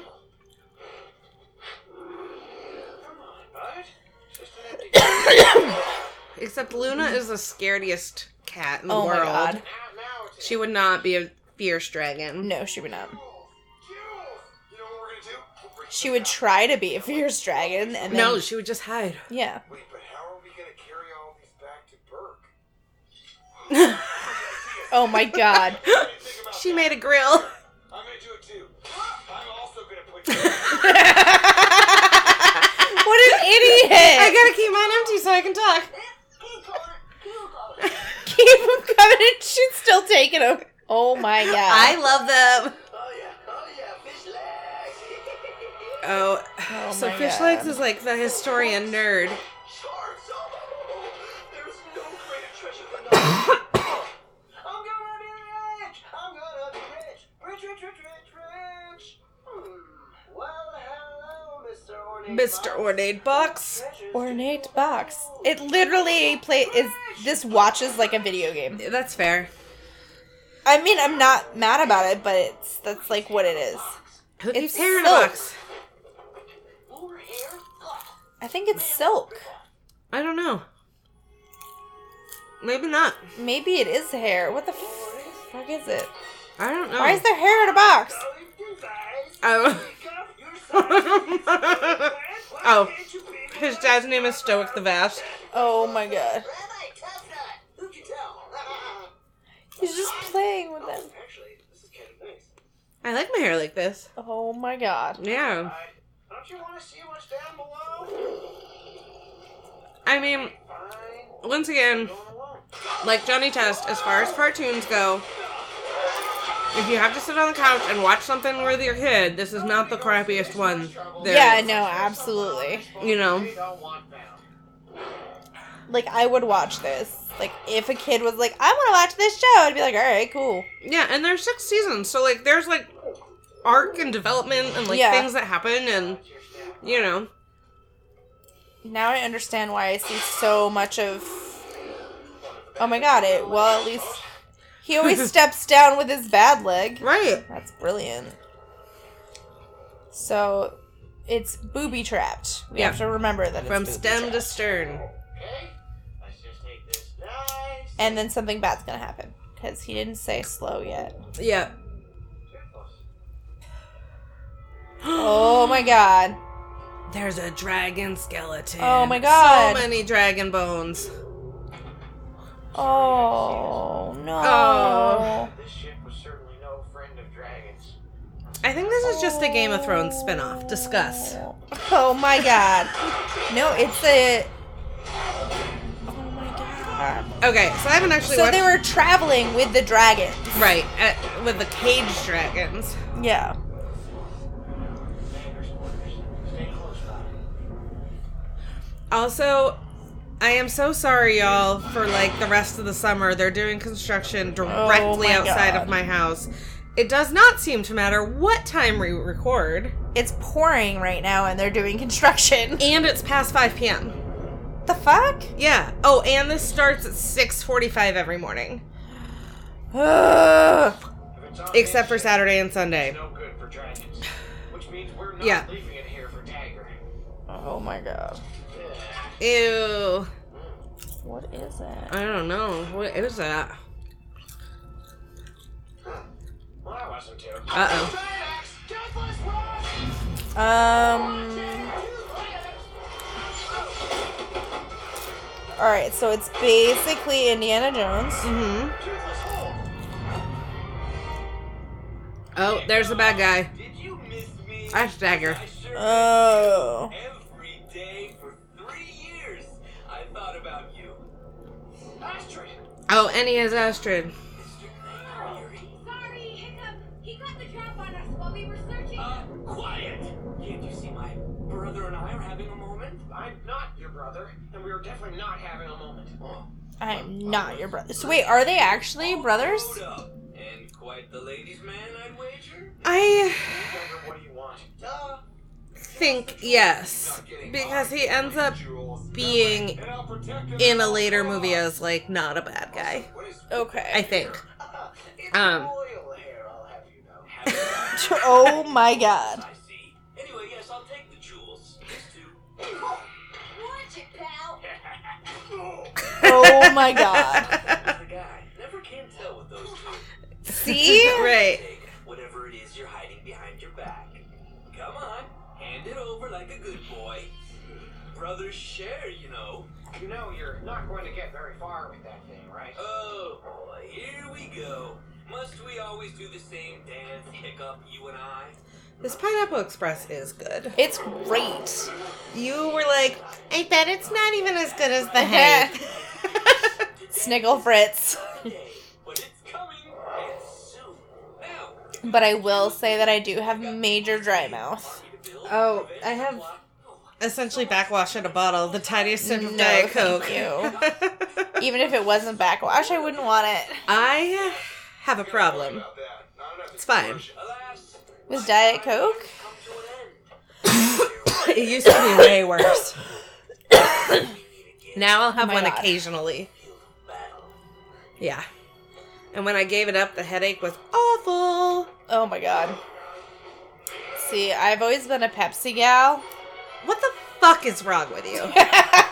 Speaker 3: Come on, bud. Just an empty now,
Speaker 1: Except Luna is the scariest cat in the
Speaker 2: Mm-hmm. Oh
Speaker 1: world.
Speaker 2: my god.
Speaker 3: now it's
Speaker 1: She would not be a fierce dragon.
Speaker 2: No, she would not.
Speaker 3: Jules, Jules, you know what we're gonna do? We'll bring
Speaker 2: She
Speaker 3: them
Speaker 2: would
Speaker 3: out.
Speaker 2: try to be a fierce dragon, and then,
Speaker 1: No, she would just hide.
Speaker 2: yeah.
Speaker 3: Wait, but how are we gonna carry all these back to Burke?
Speaker 2: Oh my god.
Speaker 3: I didn't think about
Speaker 1: She
Speaker 3: that.
Speaker 1: made a grill.
Speaker 3: I'm gonna do it too. I'm also gonna put. Burke-
Speaker 2: what an idiot!
Speaker 1: I gotta keep mine empty so I can talk.
Speaker 4: Keep going, keep going.
Speaker 2: keep him coming, and she's still taking him. Oh my god.
Speaker 1: I love them.
Speaker 3: oh yeah, oh yeah, fish legs.
Speaker 1: Oh,
Speaker 2: Oh
Speaker 1: so
Speaker 2: my
Speaker 1: Fish
Speaker 2: God.
Speaker 1: Legs is like the historian nerd.
Speaker 3: Sharks! Oh, there's no greater treasure than knowledge. I'm gonna be rich! I'm gonna be rich! Rich, rich, rich, rich, rich! Hmm. Well, hello, Mr. Ornate.
Speaker 1: Mr. Ornate Box.
Speaker 3: Treasures
Speaker 2: Ornate
Speaker 3: to be
Speaker 2: box.
Speaker 3: found.
Speaker 2: It literally play is this watches like a video game.
Speaker 1: That's fair.
Speaker 2: I mean, I'm not mad about it, but it's that's like what it is.
Speaker 1: Who keeps
Speaker 2: It's
Speaker 1: hair in a
Speaker 2: silk.
Speaker 1: box?
Speaker 3: More hair?
Speaker 2: I think it's silk.
Speaker 1: I don't know. Maybe not.
Speaker 2: Maybe it is hair. What the fuck is it?
Speaker 1: I don't know.
Speaker 2: Why is there hair in a box?
Speaker 3: Oh, it's you guys.
Speaker 1: Oh.
Speaker 3: Pick up your size. Why
Speaker 1: Oh.
Speaker 3: can't you be
Speaker 1: His
Speaker 3: my
Speaker 1: dad's name is Stoic the Vast.
Speaker 2: Oh my god.
Speaker 3: Rabbi Tefnut? Who can tell?
Speaker 2: He's just playing with them.
Speaker 3: Actually, this is kind of nice.
Speaker 1: I like my hair like this.
Speaker 2: Oh my god.
Speaker 1: Yeah.
Speaker 3: Don't you want to see what's down below?
Speaker 1: I mean,
Speaker 3: Fine.
Speaker 1: once again,
Speaker 3: Going alone.
Speaker 1: like Johnny Test, as far as cartoons go, if you have to sit on the couch and watch something with your kid, this is not the crappiest one. There
Speaker 2: Yeah,
Speaker 1: is.
Speaker 2: no, absolutely.
Speaker 1: You know,
Speaker 3: We don't want them.
Speaker 2: Like I would watch this. Like if a kid was like, I want to watch this show, I'd be like, all right, cool.
Speaker 1: yeah, and there's six seasons, so like there's like arc and development and like
Speaker 2: Yeah.
Speaker 1: things that happen, and you know,
Speaker 2: Now I understand why I see so much of. Oh my god! It well at least he always steps down with his bad leg.
Speaker 1: right?
Speaker 2: That's brilliant. So it's booby trapped. We
Speaker 1: Yeah.
Speaker 2: have to remember that
Speaker 1: From
Speaker 2: it's
Speaker 1: stem to
Speaker 2: booby-trapped.
Speaker 1: stern.
Speaker 3: Okay? Let's just take this nice.
Speaker 2: and then something bad's gonna happen because he didn't say slow yet.
Speaker 1: Yeah.
Speaker 2: Oh my god!
Speaker 1: There's a dragon skeleton.
Speaker 2: Oh my God.
Speaker 1: So many dragon bones.
Speaker 2: Oh no!
Speaker 1: Oh.
Speaker 3: This ship was certainly no friend of dragons.
Speaker 1: I think this is just a Game of Thrones spinoff. Discuss.
Speaker 2: Oh my god. No, it's a. Oh my god.
Speaker 1: Okay, so I haven't actually
Speaker 2: So
Speaker 1: watched.
Speaker 2: they were traveling with the dragon.
Speaker 1: right at, with the cage dragons.
Speaker 2: Yeah.
Speaker 3: Fingers, quarters. Stay close, Bob.
Speaker 1: Also, I am so sorry, y'all, for like the rest of the summer. They're doing construction directly
Speaker 2: Oh my
Speaker 1: outside
Speaker 2: God.
Speaker 1: of my house. It does not seem to matter what time we record,
Speaker 2: It's pouring right now and they're doing construction.
Speaker 1: and it's past 5 p.m.
Speaker 2: the fuck?
Speaker 1: Yeah. Oh, and this starts at 6:45 every morning,
Speaker 2: Ugh.
Speaker 3: If it's on
Speaker 1: except for
Speaker 3: this ship,
Speaker 1: Saturday and Sunday.
Speaker 3: it's No good for dragons. Which means we're not
Speaker 1: Yeah.
Speaker 3: leaving it here for Dagger.
Speaker 2: Oh Oh my god.
Speaker 1: Ew.
Speaker 2: What is it?
Speaker 1: I don't know. What is that?
Speaker 3: Well, that wasn't terrible.
Speaker 1: Uh oh.
Speaker 3: Triax, Deathless Rush!
Speaker 2: Um. All right, so it's basically Indiana Jones.
Speaker 1: Mm-hmm. Oh, there's the bad guy.
Speaker 3: Did you miss me?
Speaker 1: I Uh. stagger.
Speaker 3: I sure
Speaker 2: Oh.
Speaker 3: did. Every day for three years, I thought about you. Astrid!
Speaker 1: Oh, and he has Astrid.
Speaker 3: Mr. Mayberry.
Speaker 4: Sorry, Hiccup. He got the drop on us while we were searching.
Speaker 3: Uh, quiet! Can't you see my brother and I are having a moment? I'm not your brother, and we are definitely not having a moment. Oh.
Speaker 2: I am not your brother. So wait, are they actually brothers?
Speaker 3: Hold up. And quite the ladies' man, I'd wager.
Speaker 1: I
Speaker 3: Brother, what do you want? Duh.
Speaker 1: think yes, because he ends up being
Speaker 3: And I'll protect him.
Speaker 1: in a later movie as like not a bad guy.
Speaker 3: What is
Speaker 1: I
Speaker 2: Okay.
Speaker 1: think.
Speaker 3: It's
Speaker 1: Um.
Speaker 3: royal hair, I'll have you know. Have it.
Speaker 2: oh my god.
Speaker 3: I see. Anyway, yes, I'll take the jewels. These two.
Speaker 4: Watch it, pal.
Speaker 3: Oh,
Speaker 2: Oh my god.
Speaker 3: that's the guy. Never can tell with those two.
Speaker 2: See?
Speaker 1: Right.
Speaker 3: Take whatever it is you're hiding behind your back. Come on, hand it over like a good boy. Brothers share, you know.
Speaker 5: You know you're not going to get very far with that thing, right?
Speaker 3: Oh boy, here we go. Must we always do the same dance, hiccup, you and I?
Speaker 1: This Pineapple Express is good.
Speaker 2: It's great.
Speaker 1: You were like, I bet it's not even as good as the head.
Speaker 2: Sniggle Fritz.
Speaker 3: Day, but it's coming, and soon. Now, if
Speaker 2: But I will say that I do have major dry mouth.
Speaker 3: you need to build,
Speaker 1: Oh,
Speaker 3: prevent
Speaker 1: I
Speaker 3: the
Speaker 1: have-
Speaker 3: plot-
Speaker 1: Essentially, backwash in a bottle, the tiniest sip of
Speaker 2: No,
Speaker 1: Diet
Speaker 2: thank
Speaker 1: Coke.
Speaker 2: you. Even if it wasn't backwash, I wouldn't want it.
Speaker 1: I have a problem.
Speaker 3: About that. Not enough
Speaker 1: It's fine.
Speaker 3: Alas,
Speaker 2: Was Diet Coke?
Speaker 3: come to an
Speaker 1: It used to be way worse.
Speaker 3: end. We need a gift.
Speaker 1: Now I'll have
Speaker 2: Oh my
Speaker 1: one
Speaker 2: God.
Speaker 1: occasionally.
Speaker 3: Battle.
Speaker 1: Yeah. And when I gave it up, the headache was awful.
Speaker 2: Oh my god. See, I've always been a Pepsi gal.
Speaker 1: What the fuck is wrong with you?
Speaker 4: Forget about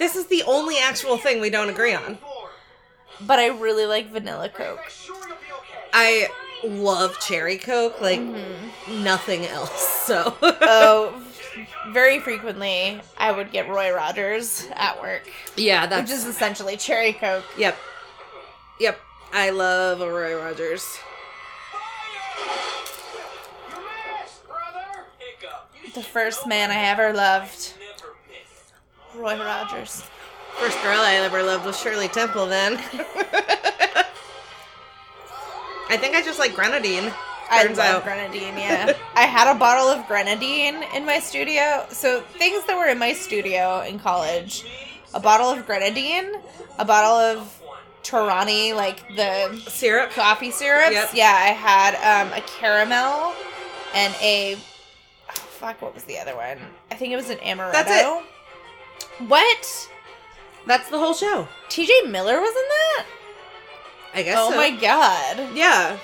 Speaker 1: This is the only actual thing we don't agree on.
Speaker 5: Four.
Speaker 2: But I really like vanilla
Speaker 5: Are you
Speaker 2: Coke.
Speaker 5: guys sure you'll be okay?
Speaker 1: I love cherry coke like nothing else. So
Speaker 2: Oh, very frequently I would get Roy Rogers at work,
Speaker 1: yeah, that's
Speaker 2: which is essentially cherry Coke.
Speaker 1: yep, yep. I love a Roy Rogers.
Speaker 5: You missed, brother!
Speaker 3: Hiccup. You
Speaker 2: The first man I ever loved,
Speaker 3: never miss.
Speaker 2: Roy Rogers.
Speaker 1: First girl I ever loved was Shirley Temple. Then I think I just like grenadine.
Speaker 2: I
Speaker 1: Turns
Speaker 2: love
Speaker 1: out.
Speaker 2: grenadine. Yeah, I had a bottle of grenadine in my studio. So things that were in my studio in college: a bottle of grenadine, a bottle of Torani, like the
Speaker 1: Syrup.
Speaker 2: coffee syrups.
Speaker 1: Yep.
Speaker 2: Yeah, I had um, a caramel and a oh, fuck. What was the other one? I think it was an amaretto.
Speaker 1: That's it.
Speaker 2: What?
Speaker 1: That's the whole show.
Speaker 2: T.J. Miller was in that?
Speaker 1: I guess.
Speaker 2: oh
Speaker 1: so.
Speaker 2: my god.
Speaker 1: Yeah.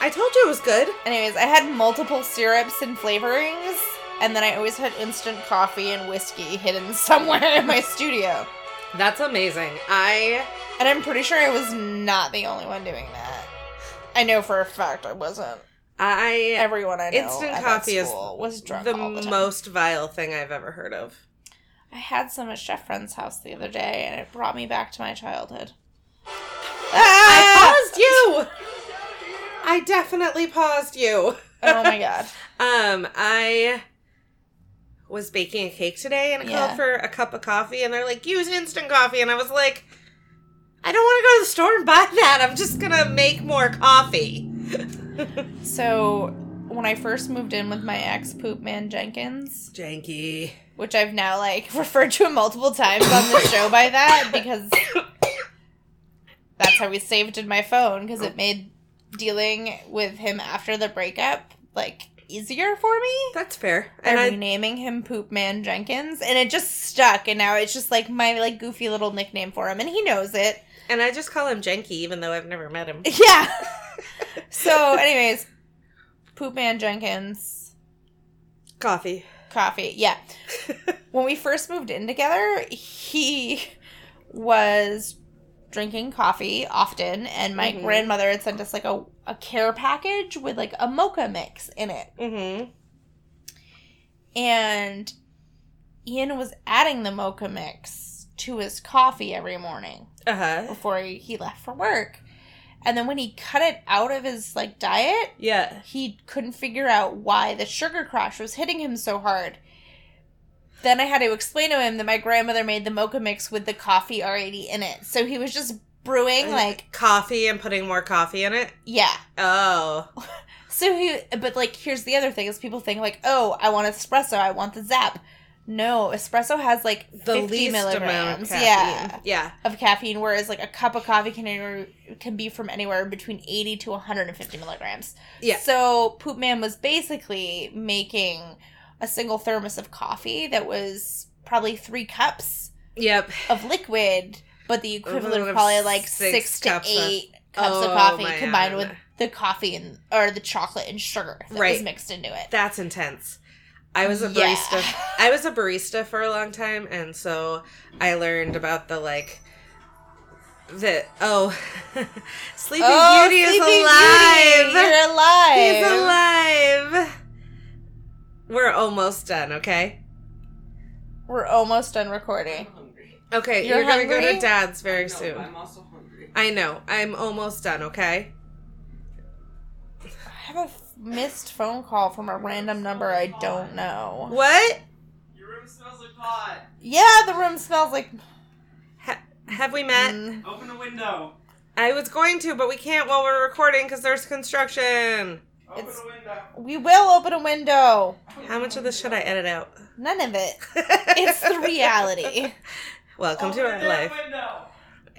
Speaker 1: I told you it was good.
Speaker 2: Anyways, I had multiple syrups and flavorings, and then I always had instant coffee and whiskey hidden somewhere in my studio.
Speaker 1: That's amazing. I
Speaker 2: And I'm pretty sure I was not the only one doing that. I know for a fact I wasn't.
Speaker 1: I
Speaker 2: Everyone I know
Speaker 1: Instant
Speaker 2: at
Speaker 1: coffee
Speaker 2: that
Speaker 1: is
Speaker 2: school was drunk
Speaker 1: the,
Speaker 2: all the time.
Speaker 1: most vile thing I've ever heard of.
Speaker 2: I had some at Chef Friend's house the other day, and it brought me back to my childhood. Ah!
Speaker 1: I paused you. I definitely paused you.
Speaker 2: oh my god.
Speaker 1: Um, I was baking a cake today and I
Speaker 2: Yeah.
Speaker 1: called for a cup of coffee and they're like, use instant coffee. And I was like, I don't want to go to the store and buy that. I'm just going to make more coffee.
Speaker 2: So, when I first moved in with my ex, Poop Man Jenkins,
Speaker 1: Janky.
Speaker 2: which I've now like referred to multiple times on the show by that because that's how we saved in my phone because it made dealing with him after the breakup like easier for me.
Speaker 1: That's fair.
Speaker 2: by
Speaker 1: And I,
Speaker 2: renaming him Poop Man Jenkins, and it just stuck. And now it's just like my like goofy little nickname for him, and he knows it.
Speaker 1: and I just call him Janky even though I've never met him.
Speaker 2: Yeah. so, anyways, Poop Man Jenkins
Speaker 1: Coffee.
Speaker 2: coffee. Yeah. when we first moved in together, he was drinking coffee often, and my
Speaker 1: Mhm.
Speaker 2: grandmother had sent us like a, a care package with like a mocha mix in it.
Speaker 1: Mm-hmm.
Speaker 2: And Ian was adding the mocha mix to his coffee every morning
Speaker 1: Uh huh.
Speaker 2: before he he left for work. And then when he cut it out of his like diet,
Speaker 1: Yeah.
Speaker 2: he couldn't figure out why the sugar crash was hitting him so hard. Then I had to explain to him that my grandmother made the mocha mix with the coffee already in it. So he was just brewing like
Speaker 1: coffee and putting more coffee in it.
Speaker 2: yeah.
Speaker 1: Oh.
Speaker 2: So he but like here's the other thing is people think like, "Oh, I want espresso. I want the zap." No, espresso has like 50
Speaker 1: The least amount of
Speaker 2: milligrams.
Speaker 1: caffeine.
Speaker 2: yeah.
Speaker 1: Yeah.
Speaker 2: of caffeine, whereas like a cup of coffee can anywhere, can be from anywhere between eighty to one hundred and fifty milligrams.
Speaker 1: Yeah.
Speaker 2: So Poop Man was basically making a single thermos of coffee that was probably three cups
Speaker 1: Yep.
Speaker 2: of liquid, but the equivalent
Speaker 1: Equivalent
Speaker 2: of
Speaker 1: of
Speaker 2: probably like
Speaker 1: six
Speaker 2: six, to
Speaker 1: cups of-
Speaker 2: eight cups of
Speaker 1: Oh,
Speaker 2: coffee
Speaker 1: man.
Speaker 2: combined with the coffee and or the chocolate and sugar that was
Speaker 1: Right.
Speaker 2: mixed into it.
Speaker 1: That's intense. I was a
Speaker 2: Yeah.
Speaker 1: barista. I was a barista for a long time, and so I learned about the like the oh, Sleeping Beauty
Speaker 2: Oh,
Speaker 1: is
Speaker 2: Sleeping
Speaker 1: alive.
Speaker 2: Beauty, You're alive.
Speaker 1: He's alive. We're almost done. Okay.
Speaker 2: We're almost done recording.
Speaker 6: hungry.
Speaker 1: Okay,
Speaker 2: You're
Speaker 1: you're, gonna go
Speaker 2: hungry?
Speaker 1: to Dad's very
Speaker 6: I know,
Speaker 1: soon.
Speaker 6: I'm also hungry.
Speaker 1: I know. I'm almost done. Okay.
Speaker 2: I have a f- missed phone call from a random number I don't know.
Speaker 1: What
Speaker 6: Your room smells like pot.
Speaker 2: Yeah, the room smells like.
Speaker 1: ha- have we met?
Speaker 2: Mm.
Speaker 6: Open the window.
Speaker 1: I was going to, but we can't while we're recording because there's construction.
Speaker 6: Open
Speaker 2: It's-
Speaker 6: the window.
Speaker 2: We will open a window.
Speaker 1: How much of this should I edit out?
Speaker 2: None of it. It's the reality.
Speaker 1: Welcome to
Speaker 6: Open
Speaker 1: our
Speaker 6: that
Speaker 1: life.
Speaker 6: window.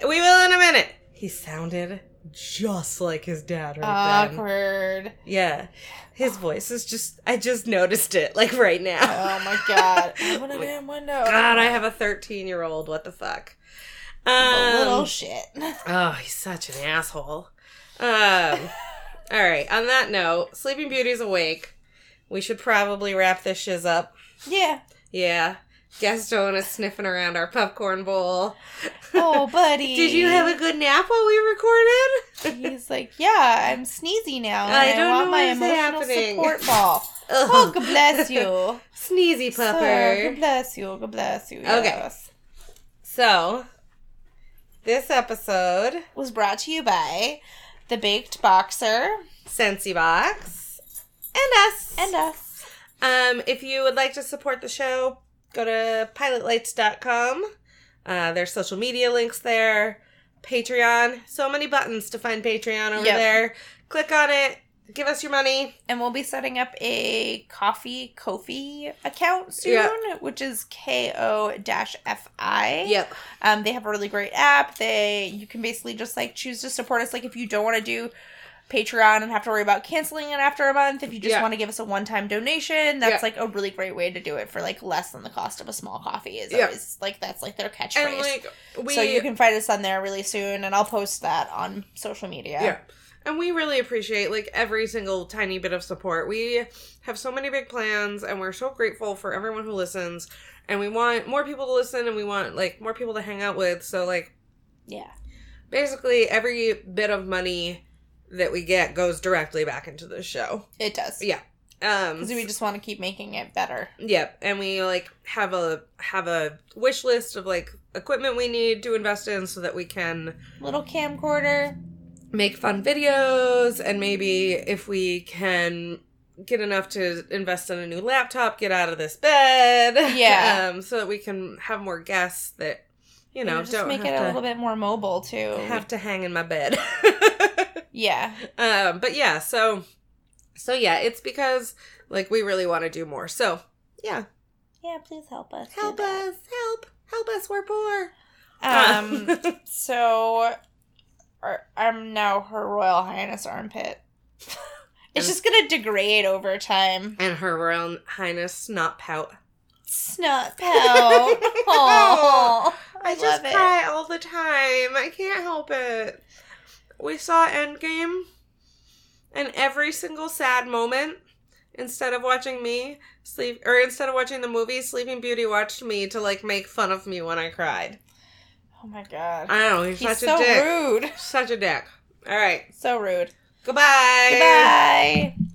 Speaker 1: We will in a minute. He sounded just like his dad right
Speaker 2: Uh,
Speaker 1: then.
Speaker 2: Awkward.
Speaker 1: Yeah. His voice is just I just noticed it like right now.
Speaker 2: Oh my god. Open a damn window.
Speaker 1: God, I have a 13-year-old. What the fuck?
Speaker 2: The little
Speaker 1: Um,
Speaker 2: shit.
Speaker 1: oh, he's such an asshole. Um All right, on that note, Sleeping Beauty's awake. We should probably wrap this shiz up.
Speaker 2: yeah.
Speaker 1: Yeah. Gaston is sniffing around our popcorn bowl.
Speaker 2: Oh, buddy.
Speaker 1: Did you have a good nap while we recorded?
Speaker 2: He's like, yeah, I'm sneezy now. And
Speaker 1: I
Speaker 2: I,
Speaker 1: don't
Speaker 2: want
Speaker 1: know
Speaker 2: my
Speaker 1: what's
Speaker 2: emotional
Speaker 1: happening."
Speaker 2: support ball. Oh, God bless you.
Speaker 1: Sneezy
Speaker 2: Sir,
Speaker 1: pupper.
Speaker 2: God bless you. God bless you.
Speaker 1: Okay.
Speaker 2: Yes.
Speaker 1: So, this episode,
Speaker 2: was brought to you by The Baked Boxer
Speaker 1: Sensi Box, and us.
Speaker 2: and us.
Speaker 1: um, if you would like to support the show, go to pilotlights.com. Uh, there's social media links there, Patreon. So many buttons to find Patreon over
Speaker 2: Yep.
Speaker 1: there. Click on it. Give us your money.
Speaker 2: And we'll be setting up a coffee Kofi account soon,
Speaker 1: Yeah.
Speaker 2: which is KO FI.
Speaker 1: Yep.
Speaker 2: Um, they have a really great app. They you can basically just like choose to support us. Like if you don't want to do Patreon and have to worry about canceling it after a month, if you just
Speaker 1: Yeah.
Speaker 2: want to give us a one time donation, that's
Speaker 1: Yeah.
Speaker 2: like a really great way to do it for like less than the cost of a small coffee. Is
Speaker 1: Yeah.
Speaker 2: always like that's like their catchphrase.
Speaker 1: And like we
Speaker 2: so you can find us on there really soon, and I'll post that on social media.
Speaker 1: Yeah. And we really appreciate like every single tiny bit of support. We have so many big plans and we're so grateful for everyone who listens. And we want more people to listen and we want like more people to hang out with. So like
Speaker 2: Yeah.
Speaker 1: basically every bit of money that we get goes directly back into the show.
Speaker 2: it does.
Speaker 1: Yeah. Um
Speaker 2: Because we just want to keep making it better.
Speaker 1: Yep, and we like have a have a wish list of like equipment we need to invest in so that we can
Speaker 2: Little camcorder.
Speaker 1: make fun videos and maybe if we can get enough to invest in a new laptop get out of this bed
Speaker 2: Yeah.
Speaker 1: um, so that we can have more guests that you
Speaker 2: You
Speaker 1: know
Speaker 2: just
Speaker 1: don't
Speaker 2: make
Speaker 1: have,
Speaker 2: it a
Speaker 1: to,
Speaker 2: little bit more mobile too.
Speaker 1: have to hang in my bed
Speaker 2: yeah.
Speaker 1: um, but yeah so so yeah it's because like we really want to do more so yeah
Speaker 2: Yeah, please help us. do
Speaker 1: help
Speaker 2: that.
Speaker 1: us help help us we're poor
Speaker 2: Um so or- I'm now Her Royal Highness Armpit. it's just gonna degrade over time.
Speaker 1: and her royal highness not pout
Speaker 2: Snot pout. Aw.
Speaker 1: I,
Speaker 2: love
Speaker 1: just
Speaker 2: it.
Speaker 1: cry all the time. I can't help it. We saw Endgame, and every single sad moment Instead of watching me sleep, or instead of watching the movie, Sleeping Beauty watched me to like make fun of me when I cried.
Speaker 2: Oh my god.
Speaker 1: I don't know. He's,
Speaker 2: He's
Speaker 1: such
Speaker 2: so
Speaker 1: a dick.
Speaker 2: rude.
Speaker 1: Such a dick. All right.
Speaker 2: So rude.
Speaker 1: Goodbye.
Speaker 2: Goodbye.